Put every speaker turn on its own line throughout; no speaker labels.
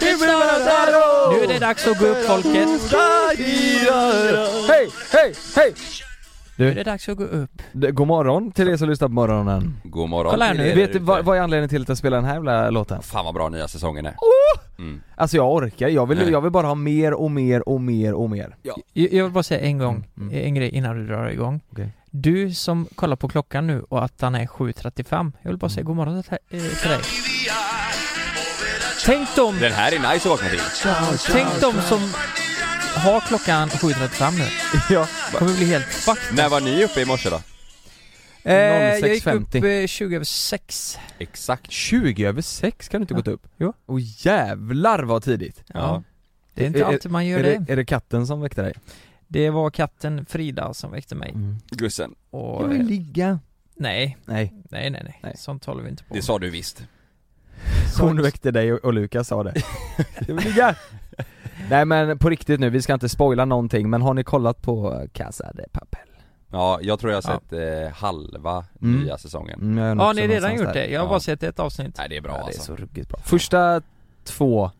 Nu är det dags att gå upp folket.
Hej, hej, hej!
Nu är det dags att gå upp.
Det- God morgon till er som lyssnar på morgonen.
God morgon
Kolla här
till
nu,
er
Vet du
ute.
vad, vad är anledningen till att jag spelar den här jävla låten?
Fan vad bra nya säsongen är.
Alltså jag orkar, jag vill,
Nej.
jag vill bara ha mer och mer och mer och mer.
Jag jag vill bara säga en gång,
Mm,
en grej innan du drar igång.
Okej.
Du som kollar på klockan nu och att han är 7.35, jag vill bara
Mm.
säga god morgon till eh, till dig. Tänk dem,
Den här är nice att vakna till.
tänk dem som har klockan 7.35 nu.
Ja.
Kommer bli helt fucked.
När var ni uppe i morse då?
Eh, jag gick upp
06.50.
eh, 20 över 6.
Exakt.
20 över 6 kan du inte gått upp?
Jo.
Och jävlar vad tidigt!
Ja.
Ja. Eh,
Det är
Är-
inte alltid man gör
Är
det.
det, är det katten som väckte dig?
Det var katten Frida som väckte mig.
Mm. Gussen,
Och, eh,
ligga.
nej,
Nej,
nej, nej, nej.
Nej.
Sånt håller vi inte på
det sa du visst.
hon väckte dig och, och Lukas sa det. Jag vill ligga! Nej men på riktigt nu, vi ska inte spoila någonting men har ni kollat på Casa de Papel?
Ja, jag tror jag har
Ja.
sett eh, halva
Mm.
nya säsongen.
Mm, jag är nog
Ja,
också
ni har redan
någonstans
gjort
där.
det. Jag har
Ja.
bara sett ett avsnitt.
Nej det är bra
ja, det är
alltså.
så ruggigt bra. Första två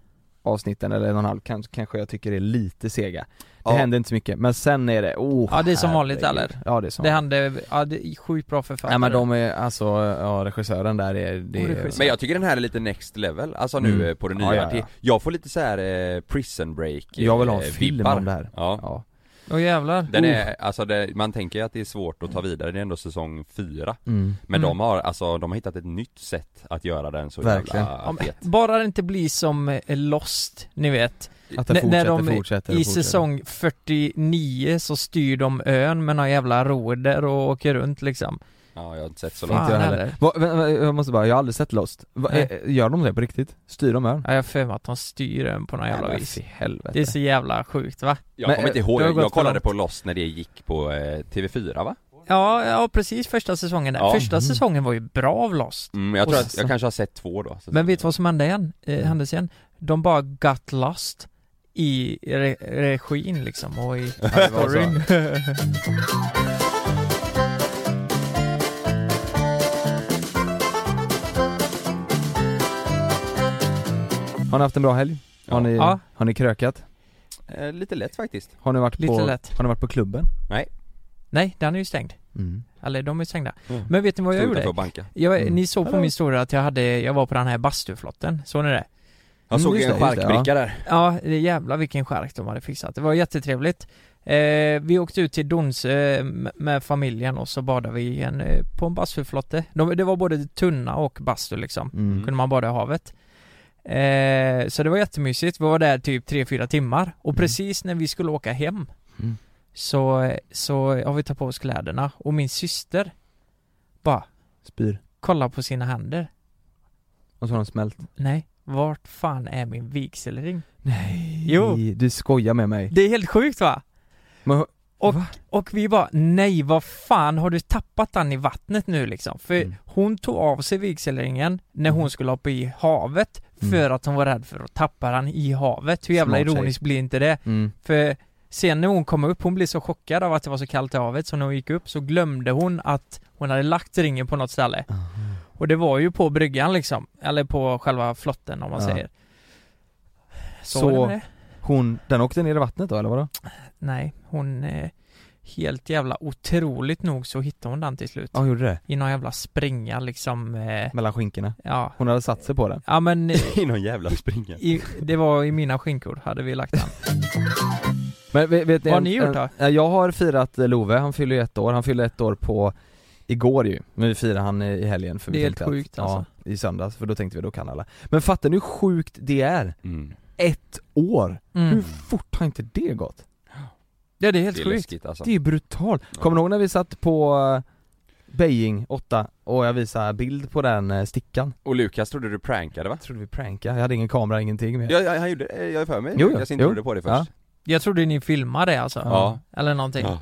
avsnitten, eller en och en halv, kan- kanske jag tycker är lite sega. Det
Ja.
händer inte så mycket, men sen är det, oh,
Ja, det är som vanligt,
herregud.
eller?
Ja det är som
Det
vanligt.
hände, ja det är sjukt bra författare.
Nej men de är, alltså, ja regissören där är, det
Och
är
regissör.
Men jag tycker den här är lite next level, alltså nu
Mm.
eh, på det
Ja, ja,
nya.
ja.
Det- Jag får lite så här eh, prison break eh,
Jag vill ha en
vibbar.
film om det här.
Ja.
Ja. Oh.
Åh jävlar.
Den är, alltså det, man tänker ju att det är svårt att ta vidare, det är ändå säsong fyra.
Mm.
Men
Mm.
de har, alltså de har hittat ett nytt sätt att göra den så
Verkligen.
Ja,
jävla
men
fet.
Oh. bara det inte blir som eh, Lost, ni vet.
Att den
N- när
fortsätter,
de
fortsätter, fortsätter.
I säsong 49 så styr de ön med någon jävla roder och åker runt liksom.
Ja, jag har inte sett så
Fan.
långt.
Inte jag heller.
heller.
Va, vä- vä- jag måste bara, jag har aldrig sett Lost. Va,
Nej.
eh, gör de det på riktigt? Styr de ön?
Ja, jag har för mig att de styr ön på något jävla
men
vis.
fy helvete.
Det är så jävla sjukt va?
Jag
Men,
kommer inte
eh,
ihåg,
det har
jag,
gått
jag
för
kollade
långt.
på Lost när det gick på eh, TV4 va?
Ja, ja precis första säsongen där.
Ja.
Första
Mm.
säsongen var ju bra av Lost.
Mm, jag
Och
tror att
sen-
jag kanske har sett två då. Så
Men vet du vad som hände igen? Eh,
Mm.
händes igen? De bara got lost i re- regin liksom och i
Ja, det var
storyn.
så. Har ni haft en bra helg? Har,
Ja.
ni,
Ja.
har ni krökat?
Eh, lite lätt faktiskt.
Har ni varit
Lite
på,
lätt.
Har ni varit på klubben?
Nej, den är ju stängd. Eller de är stängda.
Mm.
Men vet ni vad jag
Stod utanför
gjorde?
och banka.
Jag,
Mm.
Ni såg på
Hallå.
min historia att jag hade, jag var på den här bastuflotten, såg ni det?
Jag såg
Mm, just
en
det, just det,
charkbricka där.
Ja, det är jävla vilken skärk de hade fixat. Det var jättetrevligt. Eh, vi åkte ut till Donsö eh, m- med familjen och så badade vi i en, eh, på en bastuflotte. De, det var både tunna och bastu liksom.
Mm.
kunde man bada i havet. Eh, så det var jättemysigt, vi var där typ 3-4 timmar och
Mm.
precis när vi skulle åka hem
Mm.
så, så har vi tagit på oss kläderna och min syster bara
Spyr.
kollar på sina händer.
Och så har de smält.
Nej, vart fan är min vigselring?
Nej.
Jo.
Du skojar med mig.
Det är helt sjukt va?
Men,
Och-
va?
Och vi bara nej vad fan har du tappat den i vattnet nu liksom? För
Mm.
hon tog av sig vigselringen när
Mm.
hon skulle hoppa i havet
Mm.
för att hon var rädd för att tappa den i havet. Hur jävla
Smart tjej.
ironiskt blir inte det?
Mm.
För sen när hon kom upp, hon blev så chockad av att det var så kallt i havet så när hon gick upp så glömde hon att hon hade lagt ringen på något ställe. Och det var ju på bryggan liksom, eller på själva flotten om man
Ja.
säger. Så...
Så hon, den åkte ner i vattnet då eller vadå?
Nej, hon... Eh, helt jävla otroligt nog så hittade hon den till slut.
Ja hon gjorde det,
I någon jävla springa liksom. Eh,
mellan skinkorna.
ja.
Hon hade satt sig på den.
Ja men, eh,
I någon jävla springa.
i, det var i mina skinkor hade vi lagt den.
Men vet, vet ni,
Vad har
en-
ni gjort
en-
då?
Ja, Jag har firat eh, Love, han fyller ju ett år, han fyller ett år på igår ju, men vi firar han i i helgen för vi
Det är helt
tänkte att-
sjukt, alltså.
Ja, i söndags, för då tänkte vi då kan alla. Men fattar ni hur sjukt det är?
Mm.
Ett år! Hur
Mm.
fort har inte det gått?
Ja det är helt
Det är
sjukt.
läskigt alltså.
Det är ju brutalt.
Ja.
Kommer ni ihåg när vi satt på eh, Beijing 8 och jag visade bild på den eh, stickan?
Och Lukas trodde du prankade va?
Jag trodde vi prankade, jag hade ingen kamera, ingenting mer.
Ja, ja, han gjorde det, jag är för mig.
Jo, jo,
jag
jo.
trodde på det först.
Jag trodde ni filmade det alltså.
Ja.
Eller någonting.
Ja.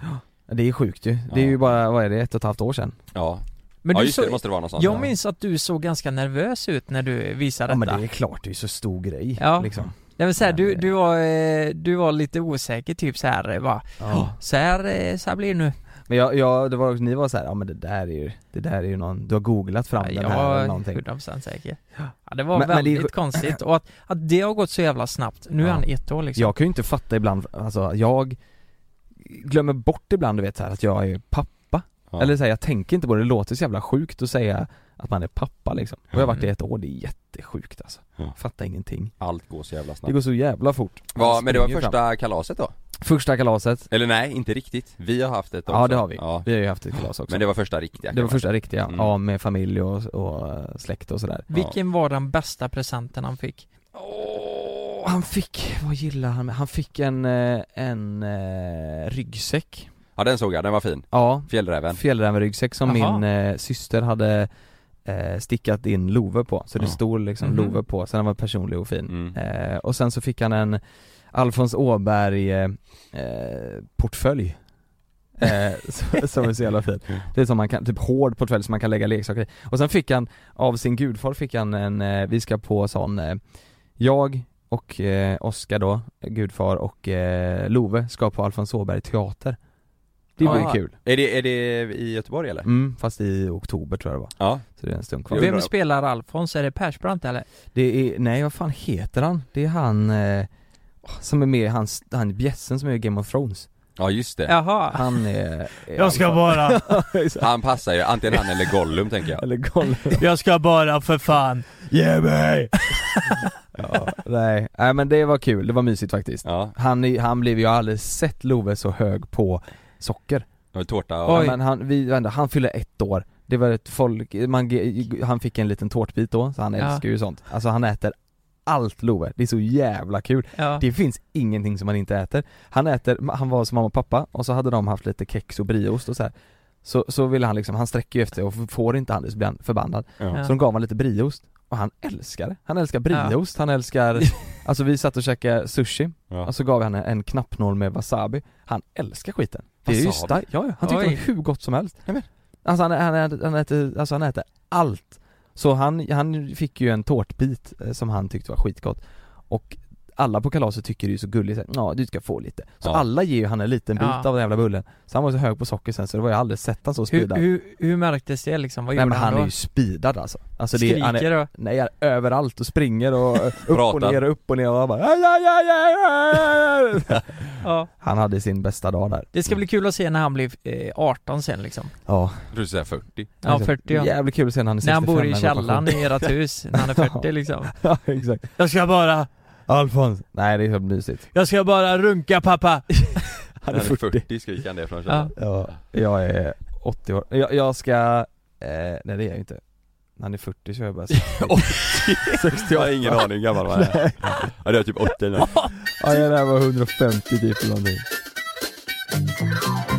ja.
Det är sjukt ju. Det är
Ja.
ju bara, vad är det, ett och ett halvt år sedan?
ja.
Men du
just det, det
så,
måste det vara något sånt.
jag
ja.
minns att du såg ganska nervös ut när du visade
Ja
detta.
men det är klart, det är ju så stor grej
Ja.
liksom.
Jag vill säga,
Ja,
du,
det-
du, var, eh, du var lite osäker typ så här, eh, bara,
Ja.
så här, eh, så här blir det nu.
Men jag, jag det var, ni var så här, ja men det där är ju, det där är ju någon, du har googlat fram
jag
den här
var
eller någonting
100% säker. Ja, det var
Men- men det är
väldigt
ju-
konstigt och att, att det har gått så jävla snabbt. Nu är
Ja.
han ett år liksom.
Jag kan ju inte fatta ibland, alltså jag glömmer bort ibland du vet så här, att jag är pappa,
Ja. Mm.
eller så här, jag tänker inte på det, det låter så jävla sjukt att säga att man är pappa liksom Och jag har varit det i ett år, det är jättesjukt alltså,
Ja.
fattar ingenting
Allt går så jävla snabbt.
Det går så jävla fort
Va, men det var
Springer
första
fram.
kalaset då?
första kalaset,
Eller nej, inte riktigt. Vi har haft ett också.
ja det har vi,
Ja.
vi har ju haft ett kalas också
Men det var första riktiga
det var
kalas.
första riktiga,
Mm.
ja med familj och, och eh, släkt och sådär
Vilken var den bästa presenten han fick?
Åh, han fick, vad gillar han? Han fick en, eh, en eh, ryggsäck
Ja den såg jag, den var fin.
Ja,
Fjällräven.
fjällrävenryggsäck som
Jaha.
min eh, syster hade eh, stickat in Love på, så det
Ja.
stod liksom
Mhm.
Love på, sen den var personlig och fin
Mm.
eh, Och sen så fick han en Alfons Åberg eh, eh, portfölj eh, som- som är så jävla fin. Det är som man kan, typ hård portfölj som man kan lägga leksaker i. Och sen fick han, av sin gudfar fick han en, eh, vi ska på sån, eh, jag och eh, Oskar då, gudfar och eh, Love ska på Alfons Åberg teater. Det var ju
Ah.
kul.
Är det, är det i Göteborg eller?
Mm, fast i oktober tror jag det var.
Ja.
Så det är en stund kvar.
Jag undrar-
Vem spelar Alfons? Är det Persbrandt eller?
Det är, nej vad fan heter han? Det är han eh, som är med, i hans, han bjässen som är i Game of Thrones
Ja just det.
Jaha.
Han eh, är... är
bara,
Han passar ju, antingen han eller Gollum tänker jag.
Eller Gollum
jag ska bara för fan.
Ge mig! ja, nej, nej men det var kul, det var mysigt faktiskt
Ja,
Han, är- han blev ju, jag har aldrig sett Love så hög på socker
och tårta och...
ja,
Oj.
men han, vi, vänta, han fyller ett år Det var ett folk, man, ge- han fick en liten tårtbit då, så han
Ja.
älskar ju sånt Alltså han äter allt Love, det är så jävla kul
Ja.
Det finns ingenting som han inte äter. Han äter, han var hos mamma och pappa och så hade de haft lite kex och brieost och så här. Så, så ville han liksom, han sträcker ju efter och får inte han det så blir han förbannad.
Ja.
Så de gav han lite brieost och han älskar det. Han älskar
Ja.
brieost, han älskar, alltså vi satt och käkade sushi
Ja.
och så gav han en knappnål med wasabi. Han älskar skiten. Det är ju
Wasabi?
starkt, ja, ja. han tyckte det
Oj.
var hur gott som helst.
Nämen.
Alltså han, han, han, han, äter, alltså han äter allt. Så han, han fick ju en tårtbit eh, som han tyckte var skitgott. Och alla på kalaset tycker det är så gulligt, så här, ja du ska få lite. Så
Ja.
alla ger ju han en liten bit
Ja.
av den jävla bullen. Så han var så hög på socker sen så det var jag aldrig sett han så
Hur,
speedad.
hur, hur märktes det liksom? Vad
Nej
gjorde
men
han
han
då?
är ju speedad alltså. alltså det, är- han är,
Skriker och...
nej, han är överallt och springer och eh, upp och
Pratar.
ner och upp och ner och han bara aj, aj, aj, aj, aj, aj.
Ja.
Han hade sin bästa dag där.
Det ska bli kul att se när han blir eh, 18 sen liksom.
Ja. Alltså,
Jag trodde du säga 40.
Ja, 40 ja.
Jävligt kul att se när han är
När
65
han bor i
går på
källaren i ert hus, när han är 40 liksom.
Ja exakt
Jag ska bara,
Alfons Nej det är helt mysigt
jag ska bara runka pappa!
Han
Han är 40 skriker han det från källaren.
Ja, jag är 80 år Jag, jag ska, eh, nej det är jag ju inte När han är 40 så är jag bara 68
Jag har ingen aning hur gammal man är. Ja, det är typ 80 nu.
Ja jag lär vara 150 typ eller någonting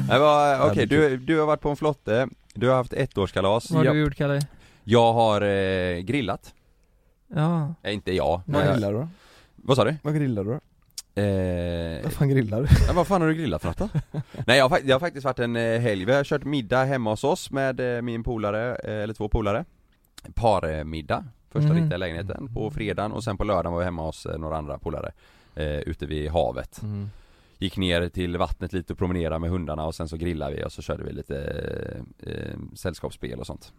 Nej, vad- Okej,
Ja, det är
du, du har varit på en flotte, du har haft ettårskalas.
Vad har
Ja.
du gjort Kalle?
Jag har eh, grillat.
Ja.
Nej, inte jag.
Vad
Eh,
du då?
Vad sa du?
Vad grillar du då?
Eh,
fan grillar du?
ja, vad fan har du grillat för något då? Nej jag har, fak- jag har faktiskt varit en eh, helg, vi har kört middag hemma hos oss med eh, min polare, eh, eller två polare Parmiddag, första
Mhm.
riktiga lägenheten på fredagen och sen på lördagen var vi hemma hos eh, några andra polare eh, Ute vid havet
Mm.
Gick ner till vattnet lite och promenerade med hundarna och sen så grillade vi och så körde vi lite eh, eh, sällskapsspel och sånt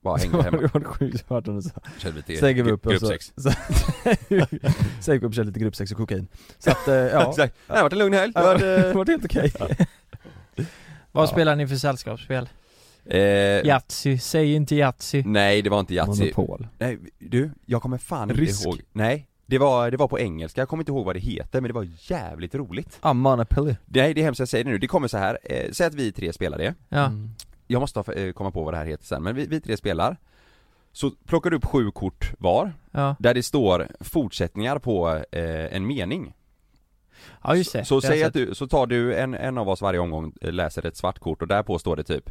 Bara
Så
hängde
var
hemma.
det var sjukt hört och så
Körde lite
Sen gick vi
gru-
upp och så,
gruppsex.
så Sen gick vi upp och körde lite gruppsex och kokain Så att, eh, ja,
Exakt. Nej, det har varit en lugn helg.
det
Det var,
var- det
eh,
var helt okej
Vad
Ja.
spelar ni för sällskapsspel?
eh,
Yatzy, säg inte Yatzy.
Nej det var inte Yatzy.
Monopol
Nej du, jag kommer fan
Rysk.
inte ihåg. Nej. Det var, det var på engelska, jag kommer inte ihåg vad det heter men det var jävligt roligt.
Ah, Monopoly
Nej det är hemskt jag säger det nu, det kommer så här. Eh, säg att vi tre spelar det.
Ja.
Mm.
Jag måste ha, eh, komma på vad det här heter sen, men vi, vi tre spelar. Så plockar du upp sju kort var,
Ja,
där det står fortsättningar på eh, en mening.
ja just det.
Så,
Det har
säg
jag
att du, så tar du en, en av oss varje omgång eh, läser ett svart kort och därpå står det typ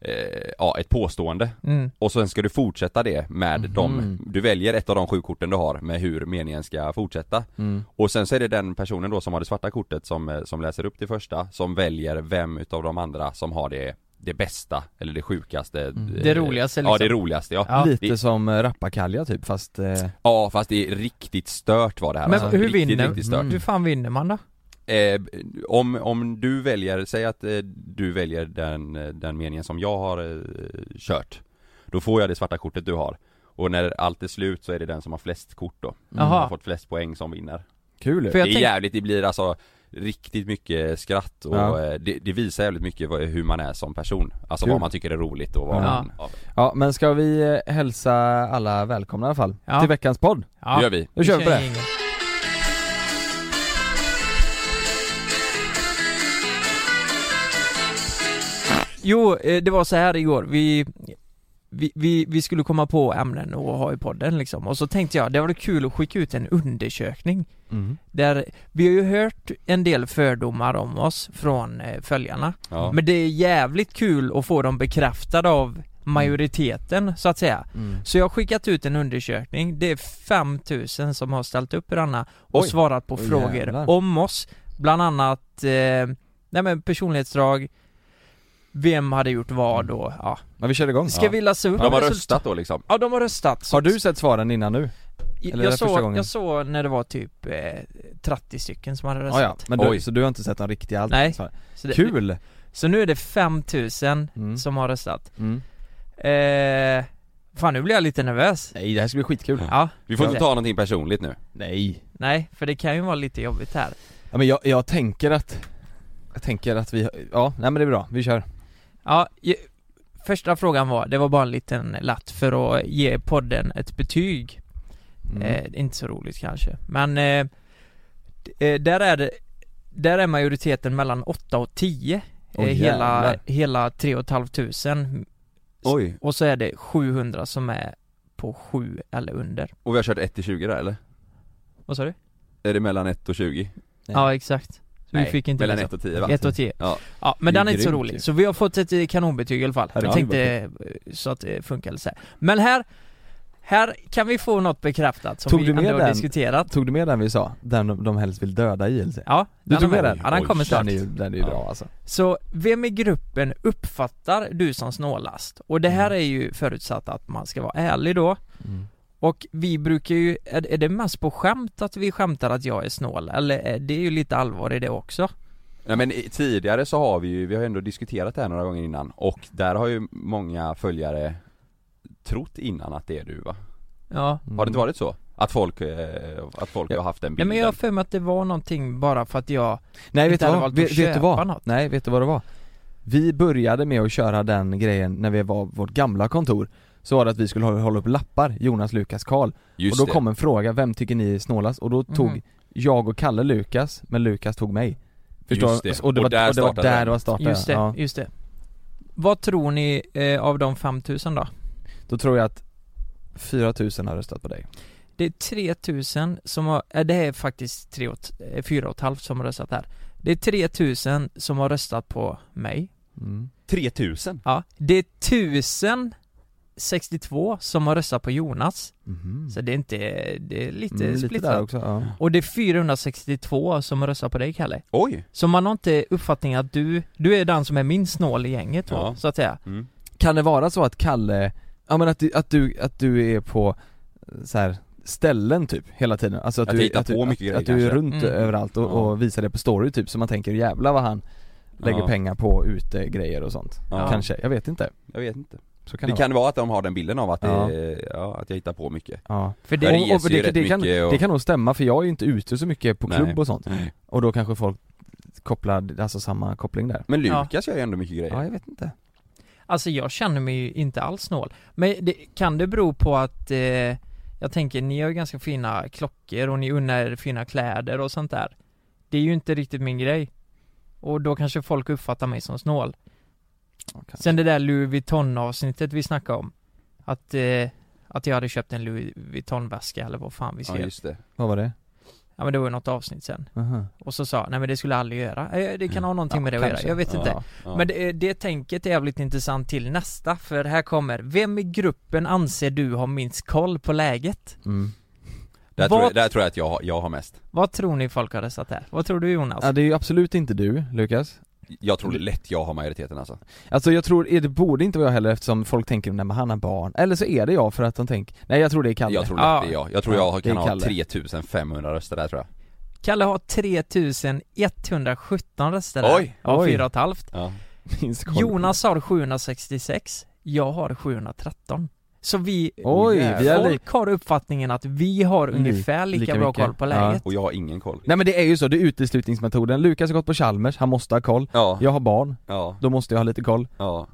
eh, Ja, ett påstående
sett. Mm.
och sen ska du fortsätta det med
Mhm.
de, du väljer ett av de sju korten du har med hur meningen ska fortsätta
Mm.
Och sen så är det den personen då som har det svarta kortet som, eh, som läser upp det första som väljer vem utav de andra som har det, det bästa eller det sjukaste
Det
eh,
roligaste
Ja
liksom.
det roligaste ja,
Ja.
Lite
Det-
som eh, rappakalja typ fast eh,
ja fast det är riktigt stört var det här
Men
alltså.
hur
riktigt,
vinner-
riktigt stört.
Mm.
Hur fan vinner man då?
Eh, om, om du väljer, säg att eh, du väljer den, eh, den meningen som jag har eh, kört Då får jag det svarta kortet du har Och när allt är slut så är det den som har flest kort då
Mm. Jaha.
Som har fått flest poäng som vinner
Kul ju
För jag
Det är
tänk-
jävligt, det blir alltså Riktigt mycket skratt och
Ja.
eh, det, det visar jävligt mycket vad, hur man är som person Alltså
Kul.
vad man tycker är roligt och vad
Ja.
man... Ja.
Ja men ska vi eh, hälsa alla välkomna i alla fall
Ja.
till veckans podd?
Ja.
Det gör vi!
Nu kör vi på det!
ingen. Jo, eh, det var så här igår, vi, vi, vi, vi skulle komma på ämnen och ha i podden liksom, och så tänkte jag, det var kul att skicka ut en undersökning
Mm.
där, vi har ju hört en del fördomar om oss från eh, följarna
Ja.
Men det är jävligt kul att få dem bekräftade av majoriteten så att säga
Mm.
Så jag har skickat ut en undersökning, det är 5000 som har ställt upp i denna och
Oj.
svarat på
Oj,
frågor
jävlar.
om oss Bland annat, eh, nej men personlighetsdrag Vem hade gjort vad
Mm.
och ja
Ja vi kör igång
Ska vi läsa upp
De har
resultat-
röstat då liksom
Ja de har röstat Så-
Har du sett svaren innan nu? eller är det
jag,
första
såg,
gången?
jag såg när det var typ eh, 30 stycken som hade röstat
Ah, ja, men du,
Oj.
så du har inte sett de riktiga allt?
Nej.
svaren.
så det,
Kul!
Så nu är det 5000
Mm.
som har röstat
Mm.
eh, Fan nu blir jag lite nervös
Nej det här ska bli skitkul
Ja,
Vi får inte
Ja.
ta någonting personligt nu
Nej
nej för det kan ju vara lite jobbigt här
Ja men jag, jag tänker att Jag tänker att vi, ja nej men det är bra, vi kör
Ja, ju, första frågan var, det var bara en liten latt för att ge podden ett betyg
Mm.
eh, Inte så roligt kanske, men eh, d- eh, där är det där är majoriteten mellan 8 och 10
Åh,
eh, Hela,
jävlar.
hela 3 500
Oj!
Och så är det 700 som är på 7 eller under
Och vi har kört 1 till 20 där eller?
Vad sa du?
Är det mellan 1 och 20?
Nej.
Ja exakt Så vi fick inte
mellan
med
1 och 10 va?
1 och 10
Ja.
Ja men
Det är
den är inte så
grymt
rolig,
ju.
så vi har fått ett eh, kanonbetyg i alla fall.
Ja, det
Jag
är
tänkte eh, så att det funkar lite så här. Men här, här kan vi få något bekräftat som
Tog
vi
du med
ändå har
den?
diskuterat.
Tog du med den vi sa? Den de, de helst vill döda i LC?
Ja,
Du tog
har
med den?
Ja, den
Oj,
kommer snart.
Den är ju, den är ju
Ja.
bra alltså
Så vem i gruppen uppfattar du som snålast? Och det här är ju förutsatt att man ska vara ärlig då.
Mm.
Och vi brukar ju, är, är det mest på skämt att vi skämtar att jag är snål? Eller är det är ju lite allvar i det också.
Mm. Ja, men i- tidigare så har vi ju, vi har ju ändå diskuterat det här några gånger innan och där har ju många följare trott innan att det är du va?
Ja.
Har det inte varit så? Att folk, eh, att folk
Ja.
har haft den
Mm. Nej
bilden?
men jag har för mig att det var någonting bara för att jag
Nej vet
inte
du
hade
vad?
valt att
Vet, vet
köpa
du vad?
något.
Nej vet du vad det var? Vi började med att köra den grejen när vi var vårt gamla kontor Så var det att vi skulle hå- hålla upp lappar, Jonas, Lukas, Karl Och
Just
då
det.
kom en fråga, vem tycker ni är snålast? Och då tog
Mhm.
jag och Kalle Lukas, men Lukas tog mig Förstår
Just
du?
det.
Och det
Och
var
där
och det, var
startade
där
den.
det var starten
Just det,
Ja.
just det. Vad tror ni eh, av de 5000 då?
Då tror jag att 4000 har röstat på dig
Det är 3000 som har, eh, det är faktiskt 3 och, t- eh, fyra och ett halvt som har röstat här. Det är 3000 som har röstat på mig.
Mm.
3000?
Ja. Det är 1062 som har röstat på Jonas.
Mhm.
Så det är inte, det är lite
Mm, lite där
splittrat.
också, ja.
Och det är 462 som har röstat på dig Kalle.
Oj!
Så man har inte uppfattningen att du, du är den som är minst snål i gänget då,
Ja.
så att säga.
Mm.
Kan det vara så att Kalle, ja men att du, att du, att du är på eh, så här ställen typ hela tiden? Alltså att,
Att
du,
hitta
att, du,
på
att,
mycket grejer
att du är
kanske.
runt
Mm.
överallt och,
Ja.
och visar det på story typ så man tänker jävla vad han lägger
Ja.
pengar på utegrejer och sånt
Ja.
Kanske, jag vet inte
Jag vet inte
Så kan
Det
det,
kan vara att de har den bilden av att, det,
Ja.
ja, att jag hittar på mycket
vara. Ja.
För
Jag
det,
reser ju
det,
rätt
det, kan,
mycket och-
det kan nog stämma för jag är ju inte ute så mycket på
Nej.
klubb och sånt. Och då kanske folk kopplar, alltså samma koppling där.
Men
Ja.
Lukas gör ju ändå mycket grejer
Ja, jag vet inte.
alltså jag känner mig ju inte alls snål. Men det, kan det bero på att, eh, jag tänker ni har ju ganska fina klockor och ni unnar er fina kläder och sånt där. Det är ju inte riktigt min grej. Och då kanske folk uppfattar mig som snål.
Okej.
Sen det där Louis Vuitton avsnittet vi snackade om Att, eh, att jag hade köpt en Louis Vuitton väska eller vad fan vi
Ja
skrev Ja,
just det
Vad var det?
men det var ju något avsnitt sen
Aha.
Och så sa jag, nej men det skulle jag aldrig göra Eh, Det kan ha någonting
Ja,
med det att göra,
kanske.
jag vet
Ja.
inte
Mm. ja.
Men det, eh, det tänket är jävligt intressant till nästa För här kommer, vem i gruppen anser du har minst koll på läget?
Mm.
där, tror jag,
vad-
där tror jag att jag, har- jag har mest
Vad tror ni folk har röstat här? Vad tror du Jonas?
Ja, det är ju absolut inte du, Lukas.
Jag tror lätt jag har majoriteten alltså
Alltså jag tror, det borde inte vara jag heller eftersom folk tänker nej men han har barn. Eller så är det jag för att de tänker, nej jag tror det är Kalle.
Jag tror lätt
Ja.
det är jag, jag tror
Ja,
jag
det är
kan ha
Kalle.
3500 röster där tror jag
Kalle har 3117 röster
Oj!
där, av
Oj.
4,5
Ja,
Minns koll.
Jonas har 766, jag har 713. Så vi,
Oj, vi är li-
folk har uppfattningen att vi har
Li-
ungefär lika,
lika
bra
mycket.
koll på läget.
och jag har ingen koll
Nej men det är ju så, det är uteslutningsmetoden. Lukas har gått på Chalmers, han måste ha koll.
Ja,
Jag har barn,
ja,
då måste jag ha lite koll.
ja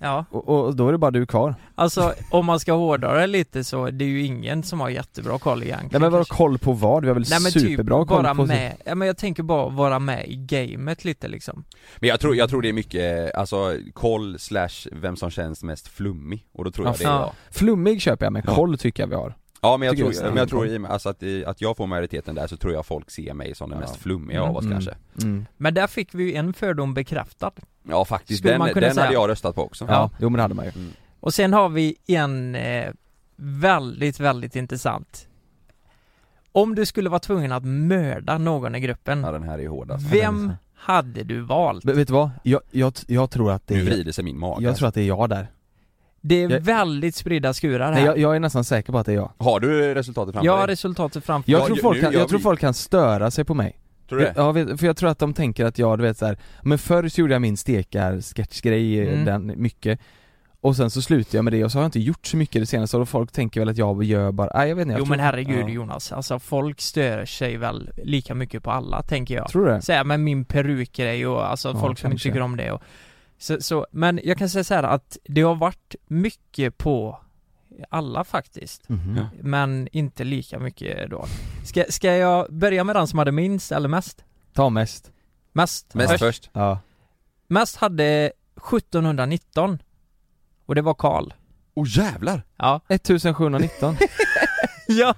Ja.
Och, och då är det bara du kvar.
Alltså om man ska hårdra det lite så, det är ju ingen som har jättebra koll egentligen.
Nej men vadå
kanske.
koll på vad? Vi har väl
Nej men typ
superbra koll
bara
på...
med, ja, men jag tänker bara vara med i gamet lite liksom.
Men jag tror, jag tror det är mycket, alltså koll slash vem som känns mest flummig och då tror jag
Ja,
det är
fan.
jag
Flummig köper jag, men
Ja.
koll tycker jag vi har.
Ja men jag
Tycker
tror,
jag är
men jag tror
stenkoll.
i och med- alltså att, i- att jag får majoriteten där så tror jag folk ser mig som den
Ja.
mest flummiga av oss
Mm.
kanske
Mm.
Men där fick vi ju en fördom bekräftad.
Ja faktiskt,
Skulle
den,
man
den
kunna säga.
hade jag röstat på också
Ja. jo men det hade man ju.
Och sen har vi en eh, väldigt, väldigt intressant. Om du skulle vara tvungen att mörda någon i gruppen,
Ja den här är alltså. ju hårdast
Vem hade du valt?
Men vet du vad? Jag, jag, jag tror att det
Nu
är...
vrider sig min mage
Jag tror att det är jag där.
Det är
Jag-
väldigt spridda skurar här.
Nej
jag,
jag, jag är nästan säker på att det är jag.
Har du resultatet framför
har
dig?
resultatet framför
Jag,
Ja,
tror,
ju-
folk
nu
kan,
gör
jag tror
vi-
folk kan störa sig på mig.
Tror du det?
Ja, vet- för jag tror att de tänker att jag, du vet så här, men förr så gjorde jag min stekar-sketchgrej, eh,
Mm.
den, mycket Och sen så slutade jag med det och så har jag inte gjort så mycket det senaste och folk tänker väl att jag gör bara, nej jag vet inte jag
Jo men herregud
ja.
Jonas, alltså folk stör sig väl lika mycket på alla tänker jag.
Tror du det?
Säga med min perukgrej och alltså
Ja,
folk som inte
kanske.
tycker om det och så, så, men jag kan säga så här att det har varit mycket på alla faktiskt.
Mhm.
Ja.
Men inte lika mycket då. Ska, ska jag börja med den som hade minst eller mest?
Ta mest,
Mest?
Mest
Först.
först?
ja
Mest hade 1719 Och det var Karl
Åh oh, jävlar!
Ja
1719
Ja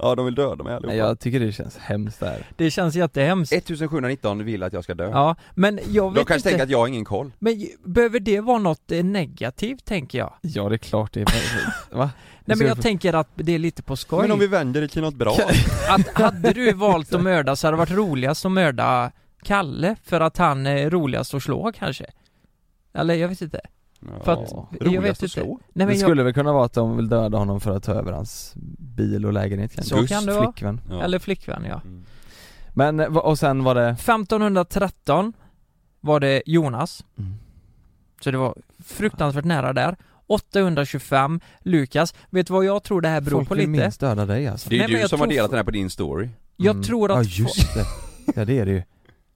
Ja de vill döda mig allihopa
Nej jag tycker det känns hemskt där
Det känns jättehemskt
1719 vill att jag ska dö
Ja, men jag
De
vet
Eh. kanske
inte
tänker att jag har ingen koll
Men ju- behöver det vara något eh, negativt tänker jag?
Ja det är klart det är, va?
Nej
Ska
men
du
jag
få-
tänker att det är lite på skoj
vänder det till något bra
Att hade du valt att mörda så hade det varit roligast att mörda Kalle för att han är roligast att slå kanske Eller jag vet inte För att, jag
roligast
vet
att
inte
slå.
Nej men
Det
jag,
skulle väl kunna vara att de vill döda honom för att ta över hans bil och lägenhet kanske.
Så kan det vara.
flickvän
Ja.
eller flickvän ja
Mm.
Men, eh, va- och sen var det
1513 var det Jonas.
Mm.
Så det var fruktansvärt nära där. 825 Lukas. Vet du vad jag tror det här beror
Folk
på
vill
lite?
minst döda dig alltså
Det är
Nej,
ju
men
du
jag
som har
tror-
delat den här på din story
Jag
Mm.
tror att...
Ja
fo-
just det, ja det är det ju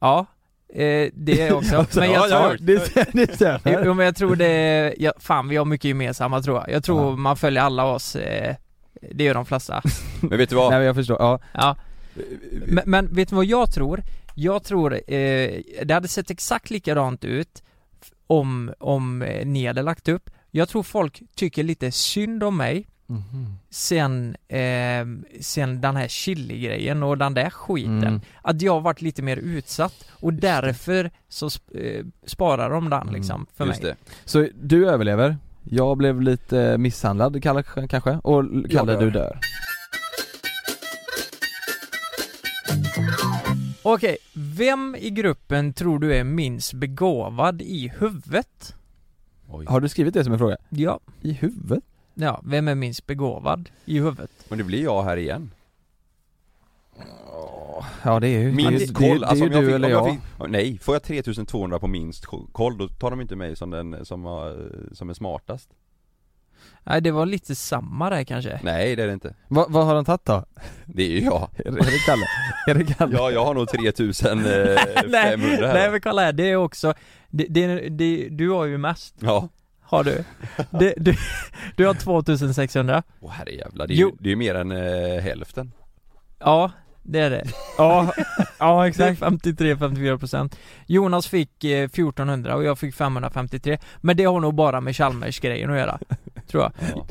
Ja, eh, det är jag också. men jag tror...
det är det är så här.
Jo men jag tror det, ja, fan vi har mycket gemensamma tror jag. Jag tror
Ja.
man följer alla oss, eh, det gör de flesta.
Men vet du vad?
Nej men jag förstår, ja, Eh,
Ja. Men, men vet du vad jag tror? Jag tror, eh, det hade sett exakt likadant ut f- om, om eh, ni hade lagt upp. Jag tror folk tycker lite synd om mig Mm-hmm. sen, eh, sen den här chili-grejen och den där skiten.
Mm.
Att jag har varit lite mer utsatt och därför så sp- eh, sparar de den
Mm,
liksom för
Just
mig.
det.
Så du överlever, jag blev lite eh, misshandlad Kalle kanske, och L- Kalle
dör.
du dör
Okej, vem i gruppen tror du är minst begåvad i huvudet?
Oj.
Har du skrivit det som en fråga?
Ja.
I huvudet?
Ja, vem är minst begåvad i huvudet?
Men det blir jag här igen
Ja det är ju det, är ju-
Minst
det, är-
koll,
det är ju
alltså om jag
du
fick,
eller
om
jag
jag fick, ja, nej, får jag 3200 på minst ko- koll då tar de inte mig som den som, har- som är smartast
Nej det var lite samma där kanske.
Nej det är det inte.
Va, vad har han tagit då?
Det är ju jag.
Är det är det Kalle? Är det Kalle?
Ja, jag har nog 3500 här.
Nej men kolla här, det är också, det, det, det, du har ju mest,
Ja.
har du. Det, du, du har 2600.
Åh herrejävlar, det är ju
Jo.
det är ju mer än eh, hälften.
Ja, det är det. Ja, ja exakt. 53-54 procent. Jonas fick eh, 1400 och jag fick 553. Men det har nog bara med Chalmers grejen att göra. Tror jag.
Ja.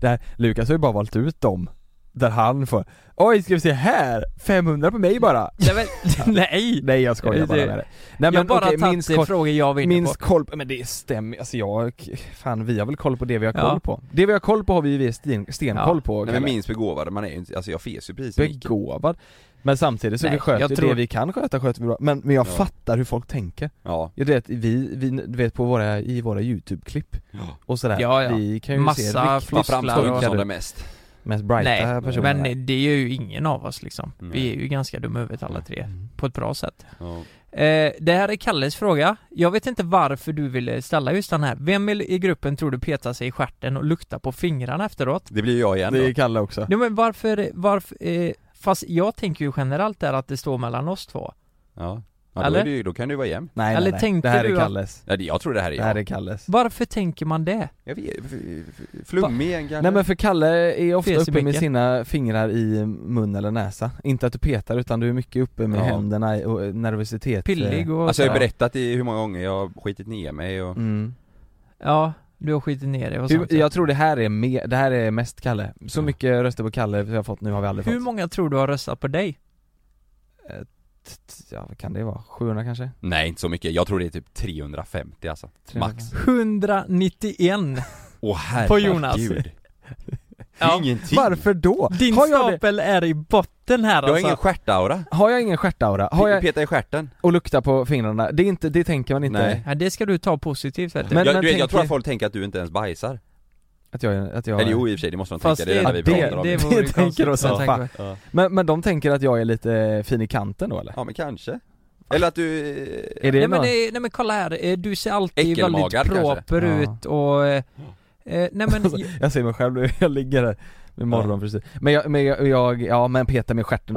Där, Lukas har ju bara valt ut dem Där han får, oj ska vi se här! 500 på mig bara!
Nej, men, nej.
Nej jag skojar bara med det Nej
jag bara
okej,
tagit
minst
eh,
kort,
frågor jag vinner
minst
på.
koll på, men det stämmer, alltså jag, fan vi har väl koll på det vi har koll
Ja.
på Det vi har koll på har vi ju sten, stenkoll
Ja.
på
Nej men
Kalle.
minst begåvad, man är ju inte, alltså jag fes ju precis i micken.
Begåvad Men samtidigt så
Nej,
vi sköter
jag
ju
tror-
det vi kan sköta, sköter vi bra Men, men jag
Ja.
fattar hur folk tänker
Ja,
Jag vet, vi, vi, du vet på våra, i våra youtube-klipp och sådär,
Ja, ja.
vi kan ju se
Massa
riktigt
man
floskler
framstår ju
och
inte som det mest.
mest brighta
Nej,
personer
men det är ju ingen av oss liksom. Vi
Nej.
är ju ganska dumma i huvudet alla tre,
Mm.
på ett bra sätt.
Ja.
Eh, det här är Kalles fråga. Jag vet inte varför du ville ställa just den här. Vem i i gruppen tror du petar sig i stjärten och luktar på fingrarna efteråt?
Det blir ju jag igen
Det
då.
är Kalle också
Nej men varför, varför, eh, fast jag tänker ju generellt där att det står mellan oss två.
Ja, ja då,
Eller?
är det, ju- då kan det ju vara jämnt.
Nej,
Eller
nej, nej.
tänkte
det här
du
är
att-
Kalles,
Nej, det- jag tror det här är
det här
jag.
är Kalles
Varför tänker man det?
jag vet, f- f- f- flummig igen kanske?
Nej men för Kalle är ofta
Fes i
uppe med
micken.
sina fingrar i mun eller näsa Inte att du petar utan du är mycket uppe med
Ja.
händerna och nervositet eh,
Pillig och
Alltså jag har
sådär.
berättat i hur många gånger jag har skitit ner mig och...
mm.
Ja, du har skitit ner dig och
Hur,
sånt.
Jag tror det här är mer, det här är mest Kalle Så mycket röster på Kalle vi har fått nu har vi aldrig
Hur
fått
många tror du har röstat på dig?
Ja vad kan det vara? 700 kanske?
Nej inte så mycket, jag tror det är typ 350 alltså. Max.
191!
Åh herregud.
På Jonas.
Det är ingenting.
Varför då?
Din
har, jag det,
stapel är i botten här
Jag har
alltså.
ingen stjärtaura.
har jag ingen stjärtaura? Har jag,
Peta i stjärten.
och lukta på fingrarna? Det är inte, det tänker man inte
Nej.
Ja, det ska du ta positivt vet du.
Men-
jag,
men
du vet, jag
tänk
tror
er-
att folk tänker att du inte ens bajsar.
att jag, att jag
Eller jo i och för sig, det måste de
Fast
tänka, det är det,
det,
vi
det,
pratar
det,
om.
vore ju
tänker
konstigt
de
med
som
tanke
fan.
på-
men, men de tänker att jag är lite fin i kanten då eller?
Ja men kanske. Eller att du... eh,
Är det
nej, men,
någon-
det, nej men kolla här, eh, du ser alltid väldigt
Äckelmagad kanske?
proper
Ja.
ut och... eh, Eh, nej men,
Jag ser mig själv nu, jag ligger där med morgonfrisyr. Men jag, men jag, jag, ja men petar med stjärten.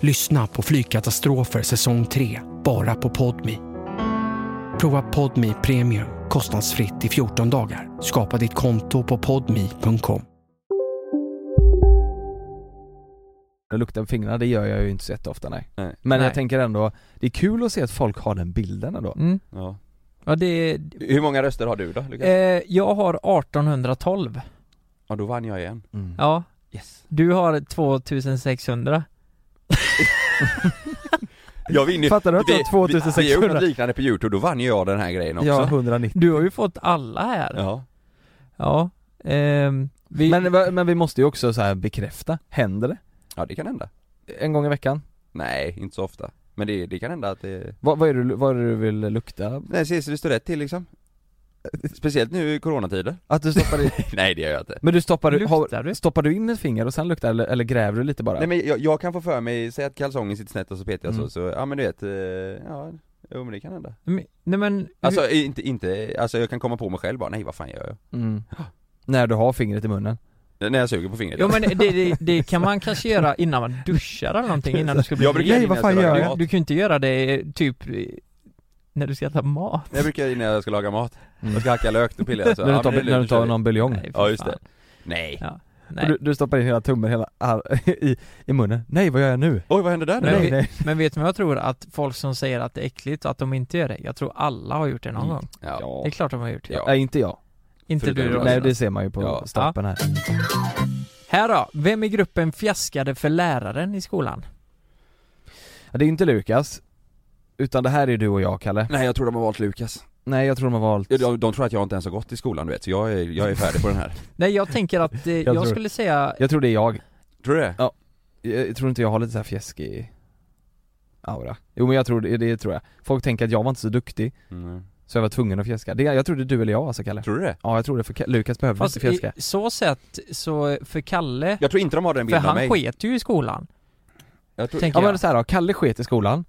Lyssna på Flygkatastrofer säsong 3, bara på Podmi. Prova Podmi Premium kostnadsfritt i 14 dagar. Skapa ditt konto på podmi.com.
Och lukta på fingrarna, det gör jag ju inte så jätteofta nej.
Nej.
Men
Nej.
jag tänker ändå, det är kul att se att folk har den bilden ändå.
mm,
Ja.
ja, det,
Hur många röster har du då Lukas?
eh, jag har 1812.
Ja då vann jag igen.
Mm.
Ja,
Yes.
du har 2600.
Jag vinner ju.
Eh, Fattar du att jag har
Vi, vi har gjort
2600?
något liknande på youtube, då vann ju jag den här grejen också.
Ja, 190.
Du har ju fått alla här. Ja.
Ja.
ehm, vi,
Men, va- men vi måste ju också så här bekräfta, händer det?
Ja, det kan hända.
En gång i veckan?
Nej, inte så ofta. Men det, det kan hända att det...
Vad, vad, är det, vad är det du vill lukta?
Nej, se så det står rätt till liksom. Speciellt nu i coronatider
Att du stoppar i...
Nej det gör jag inte
Men du stoppar, har, stoppar du in ett finger och sen luktar eller, eller gräver du lite bara?
Nej men jag, jag kan få för mig, säg att kalsongen sitter snett och så petar jag
Mm.
så, så, ja men du vet, eh, ja, jo men det kan hända
Men- Nej men,
Alltså inte, inte, alltså jag kan komma på mig själv bara, nej vad fan gör jag?
Mm. När du har fingret i munnen?
När jag suger på fingret
jo men det, det, det kan man kanske göra innan man duschar eller någonting innan du ska bli
Jag brukar
Nej,
innan
vad
jag
fan
ska laga
gör
mat.
jag? Du kan ju inte göra det typ eh, när du ska äta mat
Jag brukar innan jag ska laga mat,
Mm.
jag ska hacka lök, då pillar jag så,
när
ja,
du tar,
men det är lugnt,
när
då
du
kör
tar
vi.
någon buljong?
Nej, för
Ja just
fan.
det, nej
Ja,
Och
nej.
Du, du stoppar in hela tummen hela, ar- i, i munnen? Nej vad gör jag nu?
Oj vad hände där nu?
men,
Nej,
vi-
nej.
men vet du vad jag tror? Att folk som säger att det är äckligt och att de inte gör det, jag tror alla har gjort det någon gång
Mm. Ja,
Det är klart de har gjort det
ja.
Nej inte jag.
Inte
Förutom
du
jag.
Robin.
Nej det ser man ju på
Ja.
stappen här.
Här då, vem i gruppen fjäskade för läraren i skolan?
Ja, det är inte Lukas. Utan det här är du och jag Kalle.
Nej jag tror de har valt Lukas
Nej jag tror de har valt...
Ja, de, de tror att jag inte ens har gått i skolan du vet, så jag är, jag är färdig på den här
Nej jag tänker att, eh, jag,
tror-
skulle säga,
Jag tror det är jag.
Tror du det?
Jag, jag tror inte jag har lite så här fjäskig aura. Jo men jag tror det, det tror jag. Folk tänker att jag var inte så duktig,
Mm.
så jag var tvungen att fjäska. Det, jag tror det är du eller jag alltså Kalle.
Tror du det?
Ja jag tror det för Ka- Lukas behövde
fast
inte fjäska.
i så sätt, så för Kalle,
Jag tror inte de har den
för
bilden av
han
mig
sket ju i skolan,
jag tror,
tänker
Ja
jag
men så här då, Kalle sket i skolan.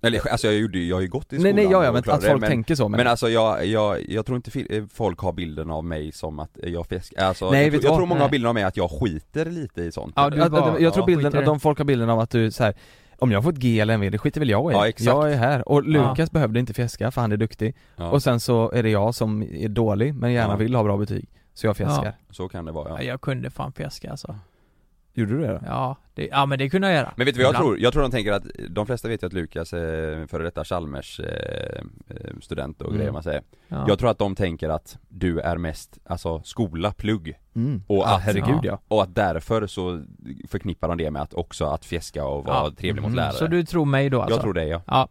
Eller alltså jag gjorde ju, jag har ju gått
nej
i skolan
nej ja, ja
och
men
klarade
att
det,
folk
men-
tänker så men,
Men alltså jag, jag, jag tror inte fil- eh, folk har bilden av mig som att jag fiskar, alltså,
Nej,
jag,
vet
tror-
du
jag
vad?
tror många har
Nej.
bilden av mig att jag skiter lite i sånt
Ja, du
att,
bara,
att, jag tror
ja,
bilden,
skiter i
att
det.
de folk har bilden av att du så här. Om jag får ett G eller en V, det skiter väl jag i.
Ja, exakt.
Jag är här. Och Lukas
Ja.
behövde inte fjäska för han är duktig.
ja,
Och sen så är det jag som är dålig men gärna
Ja.
vill ha bra betyg Så jag fjäskar
Så kan det vara
Ja,
ja.
jag kunde fan fjäska alltså
Gjorde du det då?
Ja, det, ja men det kunde jag göra
Men vet du vad jag
Ibland.
tror? Jag tror de tänker att, de flesta vet ju att Lukas, eh, före detta Chalmers eh, eh, student och
Mm.
grejer man säger
Ja.
Jag tror att de tänker att du är mest, alltså skola, plugg
Mm.
Och
ah,
att-
herregud ja,
Och att därför så förknippar de det med att också att fjäska och vara
Ja.
trevlig mot
Mm.
lärare
Så du tror mig då alltså?
Jag tror det ja
Ja